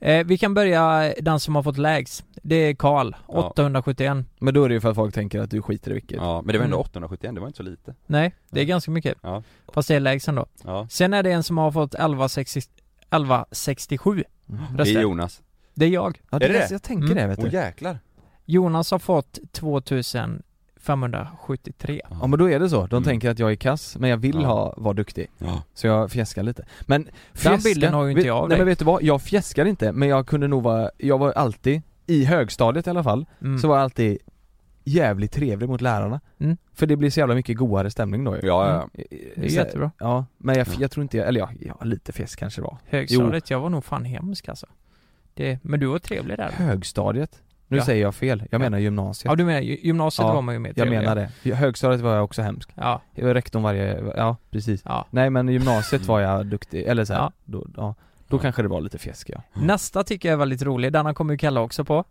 eh, Vi kan börja den som har fått lägst Det är Karl,
Ja.
871
Men då är det ju för att folk tänker att du skiter i vilket
Ja, men det var ändå
Mm.
871, det var inte så lite
Nej, det är
Ja.
ganska mycket
Ja.
Fast det är lägst ändå
Ja,
Sen är det en som har fått 1160 1167
Mm.
det
röster
är
det,
Jonas
är jag
ja det
Är
är
det
det?
det?
Jag tänker
Mm.
det vet du
Åh jäklar!
Jonas har fått 2573
Ja men då är det så, de
Mm.
tänker att jag är kass men jag vill
Ja.
ha, vara duktig
Ja.
Så jag fjäskar lite Men fjäska,
bilden har ju inte
vet-
jag av
Nej
dig.
men vet du vad, jag fjäskar inte men jag kunde nog vara, jag var alltid I högstadiet i alla fall,
mm.
så var jag alltid jävligt trevlig mot lärarna
Mm.
För det blir så jävla mycket godare stämning då ju Eh,
Ja, ja,
Mm. Det är jättebra
Ja, men jag,
Ja.
jag tror inte jag, eller ja, ja lite fjäsk kanske det var
Högstadiet, jag var nog fan hemsk alltså det, Men du var trevlig där
Högstadiet? Nu
Ja.
säger jag fel, jag
Ja.
menar gymnasiet
Ja du menar, ju- gymnasiet
Ja,
var man ju mer
Jag
trevlig
menar det, högstadiet var jag också hemsk
Ja,
Jag var rektorn varje, ja precis
ja
Nej men i gymnasiet var jag duktig, eller så här,
Mm. Ja.
då, ja, då kanske det var lite fjäsk ja
Nästa tycker jag är väldigt rolig, denna kommer ju Kalle också på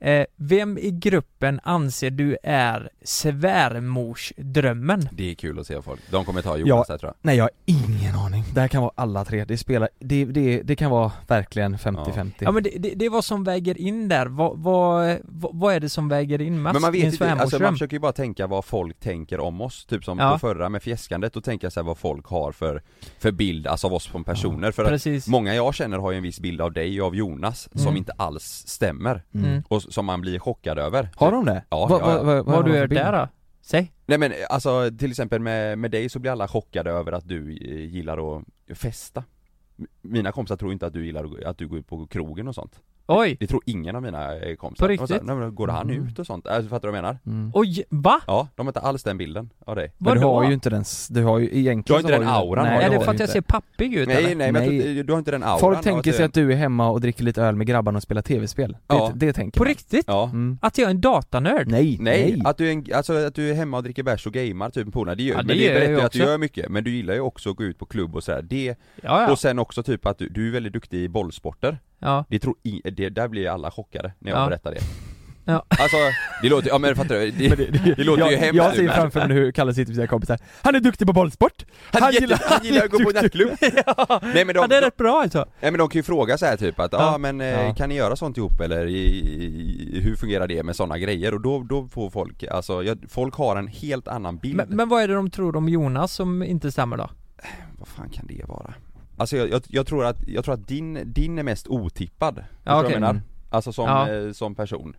eh, Vem i gruppen anser du är svärmorsdrömmen?
det är kul att se folk, de kommer ta Jonas här tror jag
Nej jag har ingen aning, det här kan vara alla tre, det spelar, det, det, det kan vara verkligen 50-50
Ja men det, det, det är vad som väger in där, vad, vad, vad, vad är det som väger in mest
Men man
i en
vet inte, alltså man
svärmorsdröm?
försöker ju bara tänka vad folk tänker om oss, typ som
Ja.
på förra med fjäskandet, och tänka sig vad folk har för, för bild, alltså av oss som personer, för att
Precis,
många jag känner har ju en viss bild av dig och av Jonas som
Mm.
inte alls stämmer,
Mm.
och s- som man blir chockad över
Har de det?
Ja, ja, ja.
vad,
vad har du
för
gjort
bild?
där då? Säg?
Nej men alltså till exempel med, med dig så blir alla chockade över att du eh, gillar att festa M- Mina kompisar tror inte att du gillar att gå- att du går ut på krogen och sånt
Oj!
Det tror ingen av mina eh, kompisar
På
De var så här,
riktigt?
Nej, men går han
Mm.
ut och sånt? Alltså, fattar du vad jag menar?
Mm.
Oj, va?
Ja, de har inte alls den bilden av dig
Men du
Vadå?
har ju inte den, s- du har ju egentligen
Du har inte
så
den
ju-
auran, har
Nej,
är
du?
har
det
du
för att jag
inte.
ser pappig ut
Nej
eller?
nej men jag
Nej.
tror, eh, du har inte den auran av
Folk tänker sig
du-
att du är hemma och dricker lite öl med grabbarna och spelar tv-spel
Ja.
det, det tänker
På
man.
riktigt?
Ja
Mm.
Att jag är en datanörd?
Nej,
Nej, Att, du är en, alltså, att du är hemma och dricker bärs och gamer typ med polarna, det gör,
Ja, det
men det
gör jag
berättar
ju
ju att du
också.
gör mycket, men du gillar ju också att gå ut på klubb och sådär, det,
Ja, ja.
och sen också typ att du, du är väldigt duktig i bollsporter
ja.
Det tror i, det, där blir alla chockade när jag
Ja.
berättar det
Ja.
Alltså, det låter, ja men fattar du? Det, det, låter
jag,
ju hemskt
Jag
nu,
ser
men-
framför mig nu hur Kalle sitter med sina kompisar Han är duktig på bollsport!
Han,
Han
gillar,
gillar-
han gillar att gå på nattklubb! Nej men de,
ja, det är rätt bra alltså.
nej, men de kan ju fråga så här typ att, ja ah,
Ja.
men eh,
Ja.
kan ni göra sånt ihop eller i, i, hur fungerar det med sådana grejer? Och då, då får folk, alltså, jag, folk har en helt annan bild
Men, men vad är det de tror om Jonas som inte stämmer då?
Vad fan kan det vara? Alltså jag, jag, jag tror att, jag tror att din, din är mest otippad, Förstår
Mm,
Ja,
du vad jag
okej.
menar? Alltså som,
Ja.
eh, som person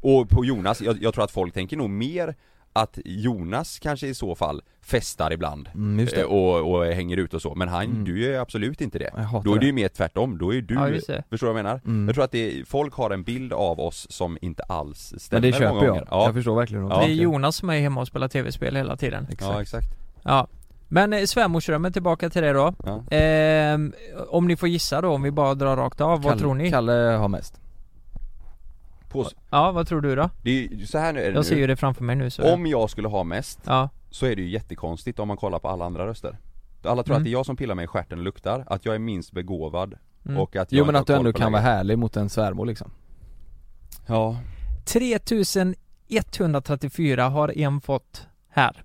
Och på Jonas, jag, jag tror att folk tänker nog mer att Jonas kanske i så fall festar ibland
Mm, just det.
eh, och, och hänger ut och så, men han,
Mm.
du är absolut inte det.
Jag hatar
Då är det ju
det.
mer tvärtom, då är du,
Ja, just det.
förstår du vad jag menar?
Mm.
Jag tror att det, folk har en bild av oss som inte alls stämmer
Men det
många
köper jag,
gånger.
jag förstår verkligen hur de
Ja.
Det är Jonas som är hemma och spelar tv-spel hela tiden.
Ja, exakt.
Ja. Men eh, svärmorsdrömmen, tillbaka till det då.
Ja.
Ehm, om ni får gissa då, om vi bara drar rakt av, vad
Kalle-
tror ni?
Kalle har mest
På,
Ja, vad tror du då?
det är ju, så här nu är det
Jag ser
nu.
ju det framför mig nu så
Om jag skulle ha mest,
Ja.
så är det ju jättekonstigt om man kollar på alla andra röster Alla tror
Mm.
att det är jag som pillar mig i stjärten och luktar, att jag är minst begåvad
Mm.
och att jag
Jo men
inte
att du
har koll
ändå
på
kan vara
läget.
härlig mot en svärmor liksom
Ja
3134 har en fått här.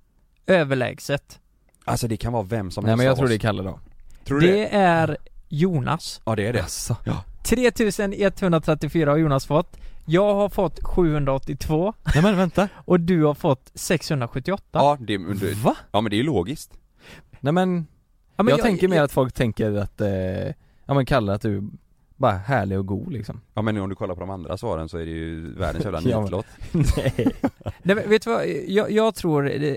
Överlägset.
Alltså det kan vara vem som
Nej
helst
men jag
av
tror
oss.
det är Kalle då
Tror du
det?
det?
är Jonas.
Ja det är det
Jaså?
ja.
3134 har Jonas fått. Jag har fått 782
Nej men vänta
och du har fått 678.
ja, det, men du,
Va?
ja men det är ju logiskt
Nej men,
Ja, men
jag, tänker mer att folk tänker att, eh, ja men Kalle att du är bara härlig och god liksom
Ja men om du kollar på de andra svaren så är det ju världens jävla
Ja, men-
nitlott
Nej
Nej, men vet du vad, jag, jag tror... eh,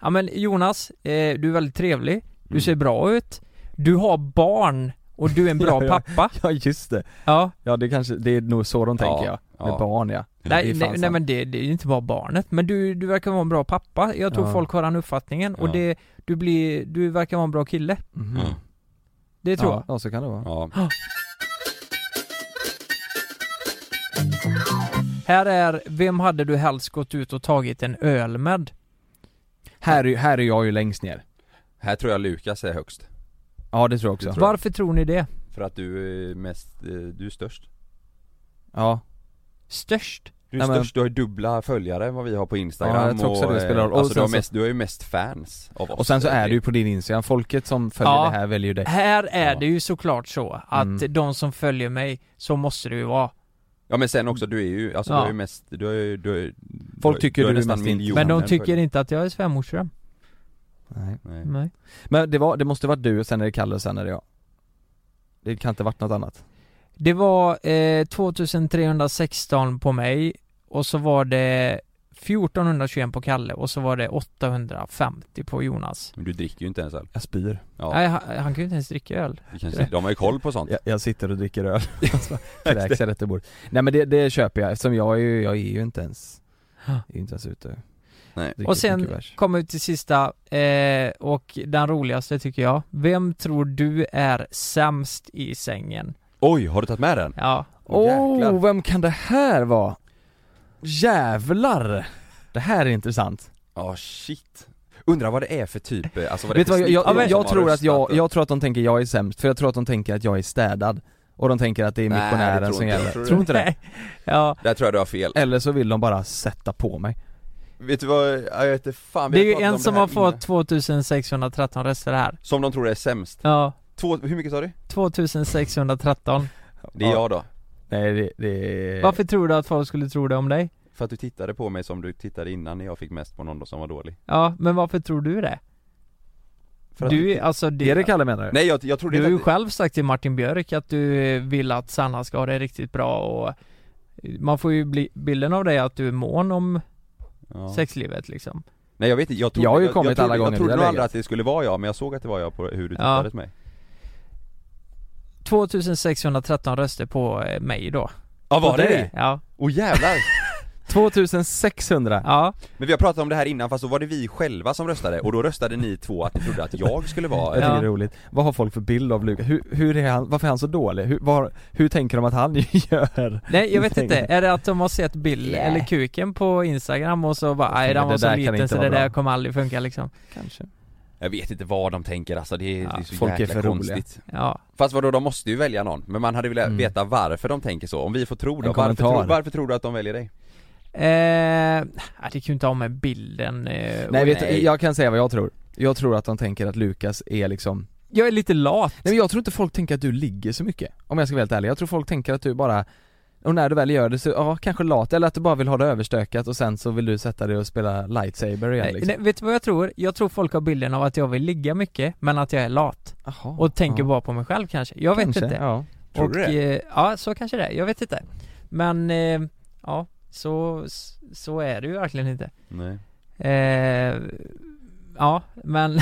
Ja men Jonas, eh, du är väldigt trevlig, du
Mm.
ser bra ut, du har barn och du är en
Ja,
bra
ja.
pappa.
Ja just det,
Ja.
ja det kanske, det är nog så de tänker ja, med barn ja Det är
Nej,
fan
nej, nej
sant.
men det, det är ju inte bara barnet, men du, du verkar vara en bra pappa. Jag tror
Ja.
folk har den uppfattningen och
Ja.
det, du blir, du verkar vara en bra kille.
Mhm.
Ja.
Det tror
ja, ja så kan det vara
Mm. Ja,
jag. Här är, vem hade du helst gått ut och tagit en öl med?
här, är- här är jag ju längst ner
här tror jag Lukas är högst
Ja det tror jag också
Tror jag.
Varför tror ni det?
För att du är mest, eh, du är störst
Ja,
Störst?
Du är
Nej, men-
störst, du har ju dubbla följare än vad vi har på instagram
Ja, jag tror också
och,
det
eh,
spelar roll. Och
Alltså du
sen
har,
så-
mest, du har ju mest fans av oss
och sen så är du ju på din Instagram, folket som följer
Ja.
det här väljer ju dig
Här är
Ja.
det ju såklart så att
Mm.
de som följer mig, så måste det ju vara.
Ja men sen också, du är ju, alltså
Ja.
du är ju mest, du är ju, du är,
Folk tycker
du har
du är
nästan
mest int-
miljoner
Men de tycker
följare.
inte att jag är svärmorsdröm.
Nej.
Nej.
Nej.
Men det, var, det måste varit du, och sen är det Kalle och sen är det jag Det kan inte varit något annat
Det var eh, 2316 på mig och så var det 1421 på Kalle och så var det 850 på Jonas.
Men du dricker ju inte ens öl
Jag spyr
Ja,
Nej, han, han kan ju inte ens dricka öl.
det kanske, de har ju koll på sånt
Jag, jag sitter och dricker öl och så kräks jag rätt i bordet. Nej men det, det köper jag eftersom jag är ju, jag är ju inte ens, jag är ju inte ens ute
Nej.
Dricker
Och
mycket
sen
bärs.
kommer vi till sista eh, och den roligaste tycker jag. Vem tror du är sämst i sängen?
Oj, har du tagit med den?
Ja.
Åh,
jäklar.
oh, vem kan det här vara? Jävlar! Det här är intressant
Ja shit Undrar vad det är för typ, eh, alltså vad det
Vet du
är
vad,
för
jag, jag, jag,
snitt som har
tror att jag,
röstat.
jag tror att de tänker jag är sämst, för jag tror att de tänker att jag är städad Och de tänker att det är
Nej, det
missionären
tror
som
inte jag.
gäller,
Tror
tror,
du
tror inte det?
Nej. Ja,
Där tror jag du har fel
Eller så vill de bara sätta på mig
Vet du vad, ja, jag vet inte fan vi
det är
har
ju
pratat om
en
det
som
här
har
innan.
fått 2613 röster här.
Som de tror är sämst
Ja,
Två, hur mycket sa du? Eh.
2613.
Det är
Ja.
jag då
Nej det, det är...
Varför tror du att folk skulle tro det om dig?
För att du tittade på mig som du tittade innan när jag fick mest på någon då som var dålig
Ja, men varför tror du det?
För att-
du, är- alltså
Det är det
det,
Kalle menar du?
Nej jag, jag trodde
du har
inte
ju
att-
själv sagt till Martin Björk att du vill att Sanna ska ha det riktigt bra och man får ju bli, bilden av dig att du är mån om
Ja.
sexlivet liksom.
Nej jag vet inte, jag trodde,
Jag har ju kommit
trodde,
alla gånger
Jag
vi
trodde
har
nog aldrig
legat.
att det skulle vara jag, men jag såg att det var jag på hur du
Ja.
tittade på mig
2613 röster på eh, mig då.
Ja
var det det?
Ja,
Åh jävlar!
2600!
ja.
Men vi har pratat om det här innan fast då var det vi själva som röstade och då röstade ni två att ni trodde att jag skulle vara
Jag tycker
Ja.
det är roligt. Vad har folk för bild av Lukas? Hur, hur är han, varför är han så dålig? Hur, var, hur tänker de att han gör?
Nej jag vet
Nej.
inte, är det att de har sett bild
Nej.
eller kuken på instagram och så bara
Jag
nej
tänker,
den
det
var
där
så
kan
liten
inte
så
vara
det där
bra."
kommer aldrig funka liksom.
Kanske.
Jag vet inte vad de tänker alltså, det är,
Ja,
det är så
folk är
jäkla
för roliga.
konstigt
Ja.
Fast vadå, de måste ju välja någon, men man hade velat
Mm.
veta varför de tänker så, om vi får tro
En
då, varför,
kommentar.
tror- varför tror du att de väljer dig?
Eh, nej, det kan ju inte ha med bilden eh,
Nej,
och-
vet du,
nej.
jag kan säga vad jag tror. Jag tror att de tänker att Lukas är liksom
Jag är lite lat.
Nej men jag tror inte folk tänker att du ligger så mycket, om jag ska vara helt ärlig. Jag tror folk tänker att du bara och när du väl gör det så, ja kanske lat, eller att du bara vill ha det överstökat och sen så vill du sätta dig och spela lightsaber igen
Nej,
liksom.
nej, vet du vad jag tror? Jag tror folk har bilden av att jag vill ligga mycket, men att jag är lat.
Aha,
Och tänker
ja.
bara på mig själv kanske. Jag vet
Kanske,
inte.
Ja.
Tror
och,
du det?
Eh, ja, så kanske det är. Jag vet inte. Men, eh, ja. Så, s- så är det ju verkligen inte
Nej.
eh, Ja, men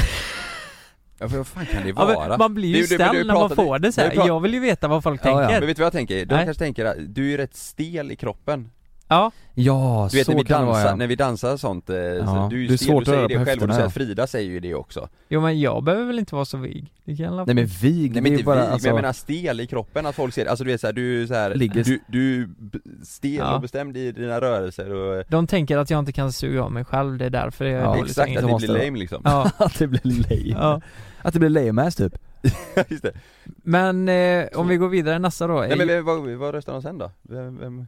Ja, för vad fan kan det
Ja, men
vara?
man blir ju
Det är det- men
ställd
du
när man
pratade-
får det så här.
men du prat-
Jag vill ju veta vad folk tänker.
Men vet du vad jag tänker? De
Nej.
kanske tänker att du är ju rätt stel i kroppen
Ja
Ja,
Alltså, Du vet
så
när vi
kan det vara,
dansar,
ja.
när vi dansar och sånt, eh,
Ja,
så du
det
är
är
ju stel,
svårt
du
att röra
säger det
på
själv och
höfterna,
du säger
ja.
att Frida säger ju det också
Jo men jag behöver väl inte vara så vig? Det kan jag
Nej men vig,
Nej
det
men
är
inte
ju bara
vi,
alltså,
men jag menar stel i kroppen, att folk ser, alltså du vet såhär, du är såhär,
Ligger-
du, du är b- stel
Ja.
och bestämd i dina rörelser och eh,
De tänker att jag inte kan suga av mig själv, det är därför jag
Ja,
är dåligt
exakt,
hängd.
att det blir lame liksom.
Ja,
att det blir lame
ja.
Att det blir lame ass typ
just det.
Men eh, om vi går vidare nästa då
Nej men vem- vad, vad röstar de sen då? Vem, vem?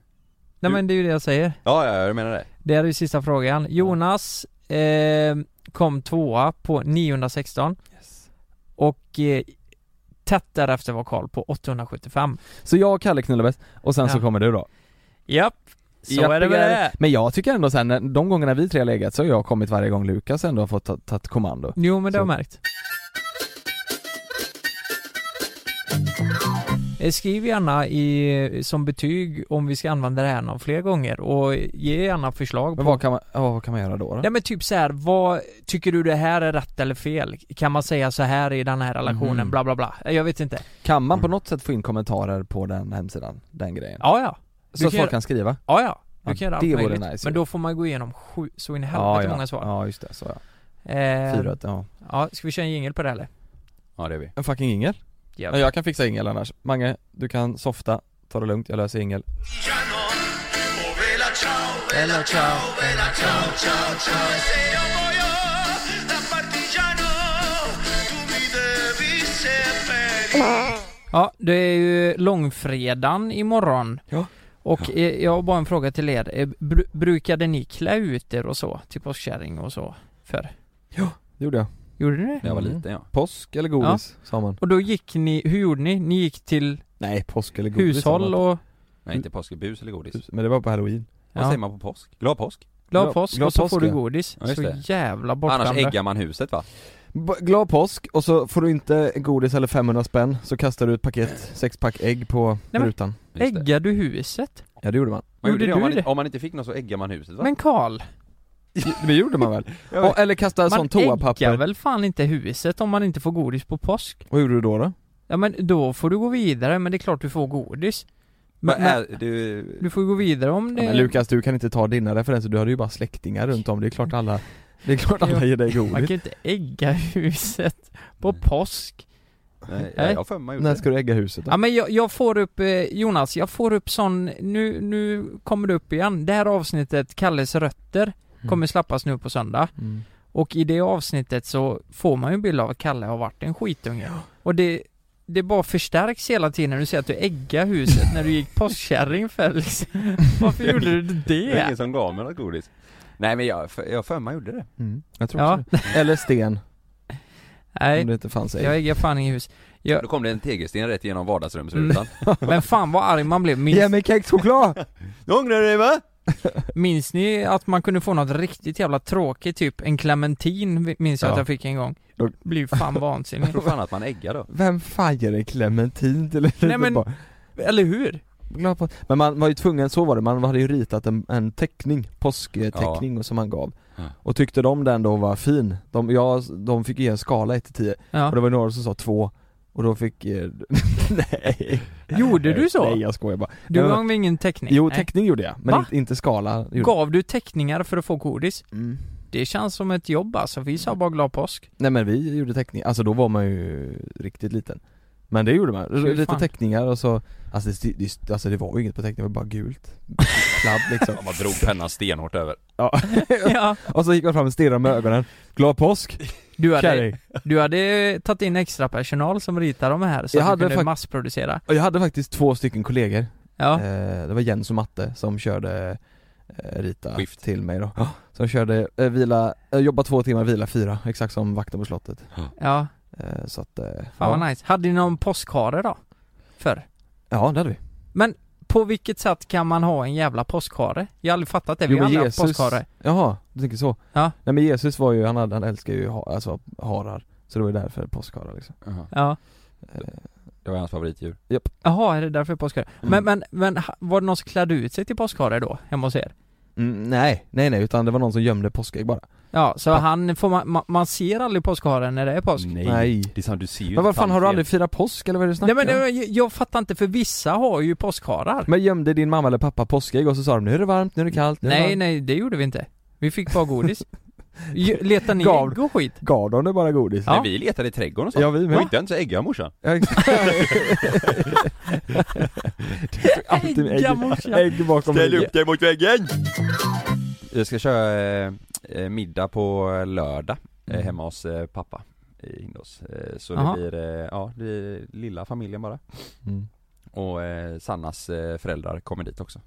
Nej men det är ju det jag säger
Ja, ja, jag menar det.
Det är ju sista frågan. Jonas eh, kom tvåa på 916 och eh, tätt därefter var Karl på 875.
Så jag och Kalle knullar bäst, och sen så
Ja.
kommer du då
Japp, så
Japp,
är det med
grabbar.
det.
Men jag tycker ändå sen, när- de gångerna vi tre har legat så har jag kommit varje gång Lukas ändå har fått ta- tagit kommando
Jo men det har
Så-
jag märkt. Eh, Skriv gärna i, eh, som betyg om vi ska använda det här någon fler gånger och ge gärna förslag
Men
på
vad kan man, ja, vad kan man göra då? då?
Nej men typ så här, vad tycker du det här är rätt eller fel? Kan man säga så här i den här relationen,
Mhm.
bla bla bla? Jag vet inte.
Kan
Mm.
man på något sätt få in kommentarer på den hemsidan, den grejen?
Ja ja. Du
så att folk
göra-
kan skriva?
Ja ja. Du
Ja,
kan göra
det
allt
vore
möjligt.
nice
men
ju.
då får man gå igenom sju, så in i helvete många svar.
Ja just det, så ja.
Eh,
Fyra, ja.
Ja, ska vi köra en jingel på det eller?
Ja det är vi.
En fucking ingel?
Ja.
Ja, jag kan fixa ingel annars. Mange, du kan softa, ta det lugnt, jag löser ingel.
Ja, det är ju långfredagen imorgon. Ja. Och eh, jag har bara en fråga till er. Eh, Bru- brukade ni klä ut er och så? Till påskkärring och så? Förr?
Det gjorde jag.
Gjorde ni det?
När jag var
Mm.
liten ja.
Påsk eller godis, sa man.
Och då gick ni, hur gjorde ni? Ni gick till
Nej, påsk eller godis sa
hushåll
man.
och
Nej inte påskebus eller godis.
Men det var på halloween.
Vad
Ja.
säger man på påsk? Glad påsk?
glad
Glad-
påsk
glad
och så
påsk,
får du
ja.
godis.
Ja, just
så
det.
jävla
Annars
bortskämda.
äggar man huset va?
B- glad påsk, och så får du inte godis eller 500 spänn, så kastar du ett paket, sexpack ägg på
men-
rutan.
Just det.
Äggar du huset?
Ja det gjorde man.
Man
Gjorde
gjorde det, om
du
man,
det?
inte- om man inte fick något så äggar man huset va?
Men Karl,
Det gjorde man väl? Och, eller kasta
man
sån
äggar
toapapper.
väl fan inte huset om man inte får godis på påsk?
Vad gjorde du då då?
Ja men då får du gå vidare, men det är klart du får godis.
Men,
Men, men,
är, du,
du får ju gå vidare om det...
Ja, men Lukas du kan inte ta dina referenser, du hade ju bara släktingar runt om, det är klart alla Det är klart alla ger dig
man kan
godis
ju inte ägga huset på påsk.
nej,
Nej.
jag har för mig gjort
När
det.
ska du ägga huset
Ja
då?
men jag, jag får upp, eh, Jonas, jag får upp sån, nu, nu kommer det upp igen. Det här avsnittet, Kalles rötter,
Mm.
kommer slappas nu på söndag.
Mm.
Och i det avsnittet så får man ju en bild av att Kalle har varit en skitunge. Och det, det bara förstärks hela tiden när du säger att du äggar huset när du gick postkärring för liksom. Varför gjorde du
Det var ingen
det?
som gav mig något godis. Nej men jag, jag har för mig gjorde det.
Mm. Jag tror
Ja,
också det. Eller sten, om
nej.
det inte fanns
Jag
ägg
äggar fan inget hus.
Då kom det en tegelsten rätt igenom
Mm.
vardagsrumsrutan.
Men fan vad arg man blev.
Ge
Minns,
mig kexchoklad!
Nu ångrar du dig va?
minns ni att man kunde få något riktigt jävla tråkigt, typ en clementin minns jag
Ja.
att jag fick en gång.
Då-
Blev fan vansinnig.
Jag tror fan att man äggar då.
Vem fan ger en clementin till ett
Nej,
litet
men-
barn?
Eller hur?
Glad på- Men man var ju tvungen, så var det, man hade ju ritat en, en teckning, påskteckning som man gav
Ja.
Och tyckte de den då var fin, de, jag, de fick ge en skala 1-10 och det
Ja.
var några som sa 2 och då fick, eh, nej
Gjorde du så?
Nej jag skojar bara
Du
Nej, men-
gav ingen teckning?
Jo,
Nej.
teckning gjorde jag, men
Va?
inte, inte skala gjorde
Gav du teckningar för att få godis?
Mm.
Det känns som ett jobb alltså, vi sa bara glad påsk
Nej men vi gjorde teckning, alltså då var man ju riktigt liten Men det gjorde man,
Fy
lite
fan.
teckningar och så Alltså det, det, alltså det var ju inget på teckningen, det var bara gult Kladd liksom
Man drog pennan stenhårt över.
ja.
Ja
Och så gick man fram och stirrade med ögonen Glad påsk,
Du hade,
kärring!
du hade tagit in extra personal som ritar de här så
Jag
att
hade
du kunde
fak-
massproducera
Och jag hade faktiskt två stycken kollegor
Ja,
eh, Det var Jens och Matte som körde eh, Rita
Skift.
till mig då Som körde, eh, vila, eh, jobba två timmar, vila fyra, exakt som vakten på slottet
ja,
eh, Så att, eh,
fan
ja.
vad nice. Hade ni någon påskhare då? Förr?
ja det hade vi
På vilket sätt kan man ha en jävla påskhare? Jag har aldrig fattat det, vi
Jo,
har
men
aldrig haft påskhare
Jaha, du tänker så?
Ja.
Nej men Jesus var ju, han, hade, han älskar ju ha, alltså, harar Så det var ju därför påskharar liksom
Ja,
eh,
Det var hans favoritdjur.
Japp.
Jaha, är det därför påskhare?
Mm.
Men, men, men ha- var det någon som klädde ut sig till påskhare då, hemma hos er?
Mm, nej, nej nej, utan det var någon som gömde påskägg bara
Ja, så han får man, man, man ser aldrig påskharen när det är påsk?
Mm. Nej.
Det är sant, du ser ju
Men vad
inte
fan, har du
tandfen.
aldrig firat påsk eller vad är det du
Nej
snackar
men
om?
det, jag, jag fattar inte, för vissa har ju påskharar.
Men gömde din mamma eller pappa påskägg och så sa de nu är det varmt, nu är det kallt, nu är det
Nej
varmt.
nej, det gjorde vi inte. Vi fick bara godis. Ju- Letar ni
Gav-
ägg och skit?
Gav de det bara godis?
Nej vi letade i trädgården och sånt.
Ja, vi med.
Och inte ens ägga morsan.
Ja, exakt. Alltid med ägg,
Ägga morsan.
ägg bakom
Ställ
ryggen.
upp dig mot väggen! Jag ska köra eh, eh, middag på lördag eh,
Mm.
hemma hos eh, pappa i Hindås. Eh, så
Jaha.
det blir, eh, ja det är lilla familjen bara.
Mm.
Och eh, Sannas eh, föräldrar kommer dit också.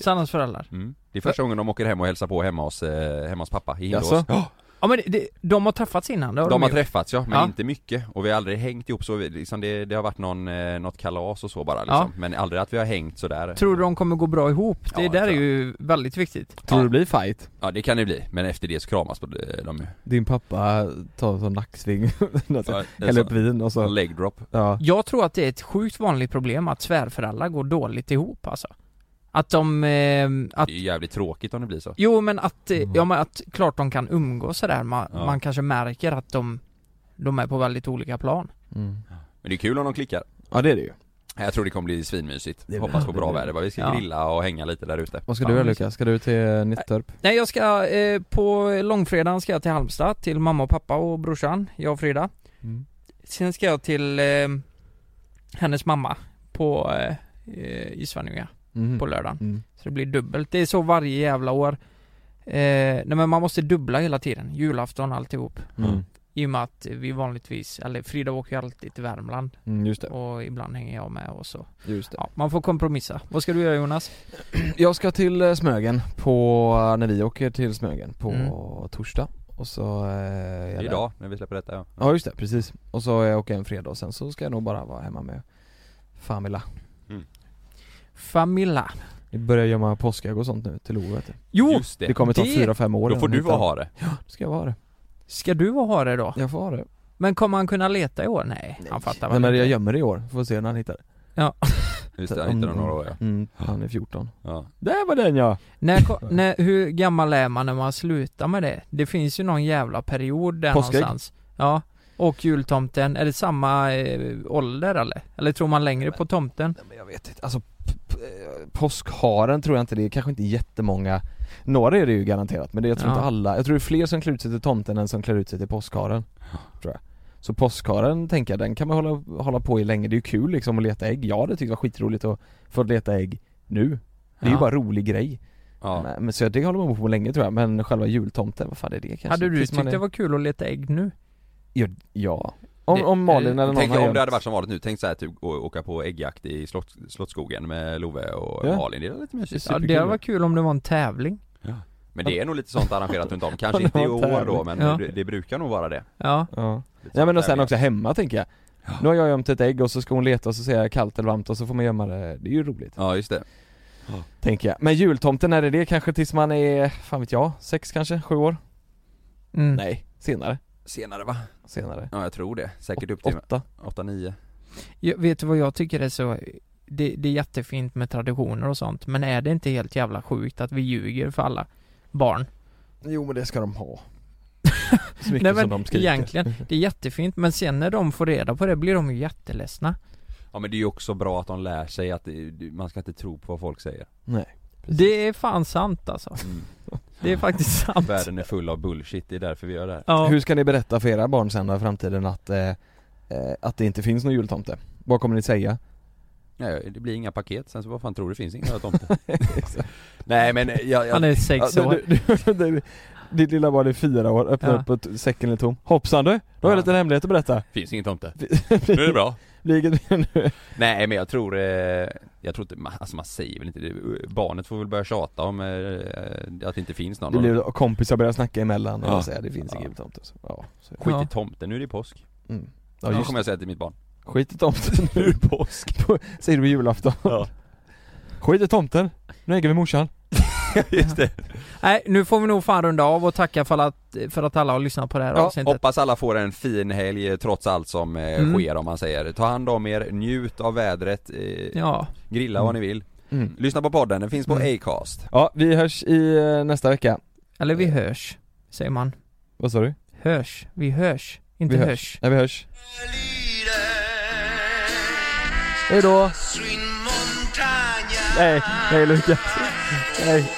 Sannas föräldrar?
Mm. Det är första gången de åker hem och hälsar på hemma hos, eh, hemma hos pappa i Hindås.
Jaså?
Ja,
Ja men det, det, de har träffats innan, det har
de har
gjort.
träffats ja, men
Ja.
inte mycket och vi har aldrig hängt ihop så, vi- liksom det, det har varit någon, eh, något kalas och så bara liksom.
Ja.
Men aldrig att vi har hängt sådär
Tror du de kommer gå bra ihop? Det
Ja,
där är
tror jag.
ju väldigt viktigt.
Tror du det blir fight?
Ja det kan det bli, men efter det så kramas eh, de ju
Din pappa tar en sån nacksving,
Ja, det är
häller
så-
upp vin och så,
Leg drop
ja.
Jag tror att det är ett sjukt vanligt problem att svärföräldrar går dåligt ihop alltså. Att de, eh, att,
Det är ju jävligt tråkigt om det blir så
jo men att, eh,
Mm.
ja men att klart de kan umgås sådär, man,
Ja.
man kanske märker att de, de är på väldigt olika plan.
Mm.
Men det är kul om de klickar
ja det är det ju
Jag tror det kommer bli svinmysigt
Det blir-
Hoppas på
det
bra
blir-
väder, bara vi ska
Ja.
grilla och hänga lite där ute
Vad ska
Ja,
du göra
men-
Lukas? Ska du till eh, Nittorp?
Nej jag ska, eh, på långfredagen ska jag till Halmstad till mamma och pappa och brorsan, jag och Frida.
Mm.
Sen ska jag till eh, hennes mamma på, eh, eh, i Svenljunga
Mm.
på lördagen.
Mm.
Så det blir dubbelt. Det är så varje jävla år. Eh, nej men man måste dubbla hela tiden. Julafton alltihop.
Mm.
I och med att vi vanligtvis, eller Frida åker ju alltid till Värmland
Mm, just det,
och ibland hänger jag med och så.
just det
Ja, man får kompromissa. Vad ska du göra Jonas?
Jag ska till eh, Smögen på, när vi åker till Smögen på
Mm.
torsdag och så... eh, är jag där.
Idag, när vi släpper detta ja.
Ja just det, precis. Och så jag åker en fredag och sen så ska jag nog bara vara hemma med Famila.
Familla.
Vi börjar gömma påskägg och sånt nu till Ove vet du.
Jo!
Just
Det kommer ta
det-
fyra fem år
Då får
innan
du
vi
vara
hittar-
ha det
Då ska jag vara det.
Ska du vara ha det då?
Jag får ha det.
Men kommer han kunna leta i år? Nej, han fattar
Nej,
väl
men
inte.
jag gömmer det i år, får se när han hittar det.
Just det, han hittade några år ja.
Mm, han är 14.
ja
Där var den ja!
när, ko- när, hur gammal är man när man slutar med det? Det finns ju någon jävla period där
Påskägg?
någonstans. Ja. Och jultomten, är det samma eh, ålder eller? Eller tror man längre på tomten?
Nej, men jag vet inte, alltså p- p- eh, påskharen tror jag inte det är, kanske inte jättemånga Några är det ju garanterat men det, jag tror
Ja.
inte alla, jag tror det är fler som klär ut sig till tomten än som klär ut sig till påskharen Tror jag Så påskharen tänker jag, den kan man hålla, hålla på i länge, det är ju kul liksom att leta ägg, jag hade tyckt det var skitroligt att få leta ägg nu Det är
Ja.
ju bara en rolig grej
Ja,
men, men så det håller man på med länge tror jag, men själva jultomten, vad fan är det kanske?
Hade du
Tills man
tyckt det var kul att leta ägg nu?
Ja, ja. Om,
Det- eh,
om Malin
eller-
eller någon
Tänk
har
om
gömt-
det hade varit som vanligt nu, tänk såhär typ å- åka på äggjakt i slott, Slottsskogen med Love och
Ja.
Malin, det är lite mysigt
Ja, det
Superkul.
hade varit kul om det var en tävling.
Men det är nog lite sånt arrangerat runt om, kanske
Ja,
inte i
det var
år
tävling.
då men
Ja.
det, det brukar nog vara det
Ja.
ja.
Lite
Ja men och
sånt
sen
där.
också hemma tänker jag. Nu har jag gömt ett ägg och så ska hon leta och så säger jag kallt eller varmt och så får man gömma det. Det är ju roligt,
Ja just det,
tänker jag. Men jultomten, när är det kanske tills man är, fan vet jag, sex kanske? Sju år?
Mm.
Nej, senare.
senare va?
Senare.
Ja jag tror det, säkert upp till
Åtta.
8-9
Jag, vet du vad jag tycker är så... Det, det är jättefint med traditioner och sånt, men är det inte helt jävla sjukt att vi ljuger för alla barn?
Jo men det ska de ha. Så mycket
Nej, men
som de skriker.
egentligen, det är jättefint, men sen när de får reda på det blir de ju jätteledsna.
Ja men det är ju också bra att de lär sig att det- du- man ska inte tro på vad folk säger Mm.
Nej.
Det är fan sant alltså. Det är faktiskt sant.
Världen är full av bullshit, det är därför vi gör det här
Ja.
Hur ska ni berätta för era barn sen då i framtiden att, eh, eh, att det inte finns någon jultomte? Vad kommer ni säga?
Nej, det blir inga paket, sen så vad fan tror du, det finns inga tomte Nej men jag,
Han
jag,
är sex
Ja,
år.
du, du, du, ditt lilla barn är fyra år, öppnar
Ja.
upp och t- säcken är tom. Hoppsan du! Då har jag
Ja.
lite hemlighet att berätta.
finns ingen tomte Nu är det bra
Blir inget mer nu.
Nej men jag tror, eh, jag tror inte, man- alltså man säger väl inte det. Barnet får väl börja tjata om eh, att det inte finns någon
Det blir och kompisar börjar snacka emellan och
Ja.
säga det finns
Ja.
ingen tomte så, ja, så,
Skit
Ja.
i tomten, nu är det påsk
mm.
Ja
ja, just,
kommer jag säga till mitt barn
Skit i tomten nu är det påsk Säger du på julafton
Ja.
Skit i tomten, nu äger vi morsan
Just det.
Nej, nu får vi nog fan runda av och tacka för att, för att alla har lyssnat på det här
Ja,
avsnittet.
hoppas alla får en fin helg eh, trots allt som eh,
Mm.
sker om man säger. Ta hand om er, njut av vädret, eh,
Ja.
grilla vad ni vill.
Mm.
Lyssna på podden, den finns på
Mm.
Acast.
Ja, vi hörs i eh, nästa vecka.
Eller vi hörs, säger man.
Vad sa du?
Hörs. Vi hörs. Inte
vi hörs.
hörs.
Nej, vi hörs. Hejdå! Nej, nej Lukas. Nej.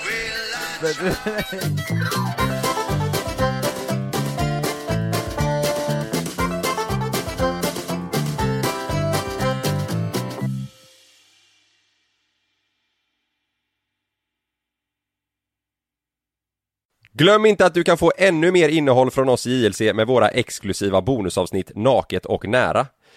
Glöm inte att du kan få ännu mer innehåll från oss i JLC med våra exklusiva bonusavsnitt Naket och nära.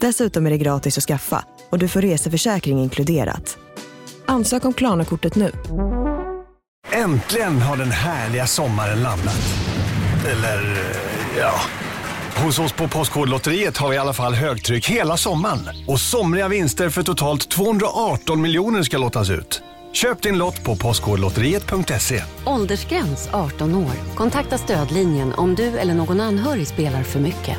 Dessutom är det gratis att skaffa och du får reseförsäkring inkluderat. Ansök om Klarna-kortet nu.
Äntligen har den härliga sommaren landat. Eller, eh, ja. Hos oss på Postkodlotteriet har vi i alla fall högtryck hela sommaren. Och somriga vinster för totalt 218 miljoner ska lottas ut. Köp din lott på postkodlotteriet.se.
Åldersgräns 18 år. Kontakta stödlinjen om du eller någon anhörig spelar för mycket.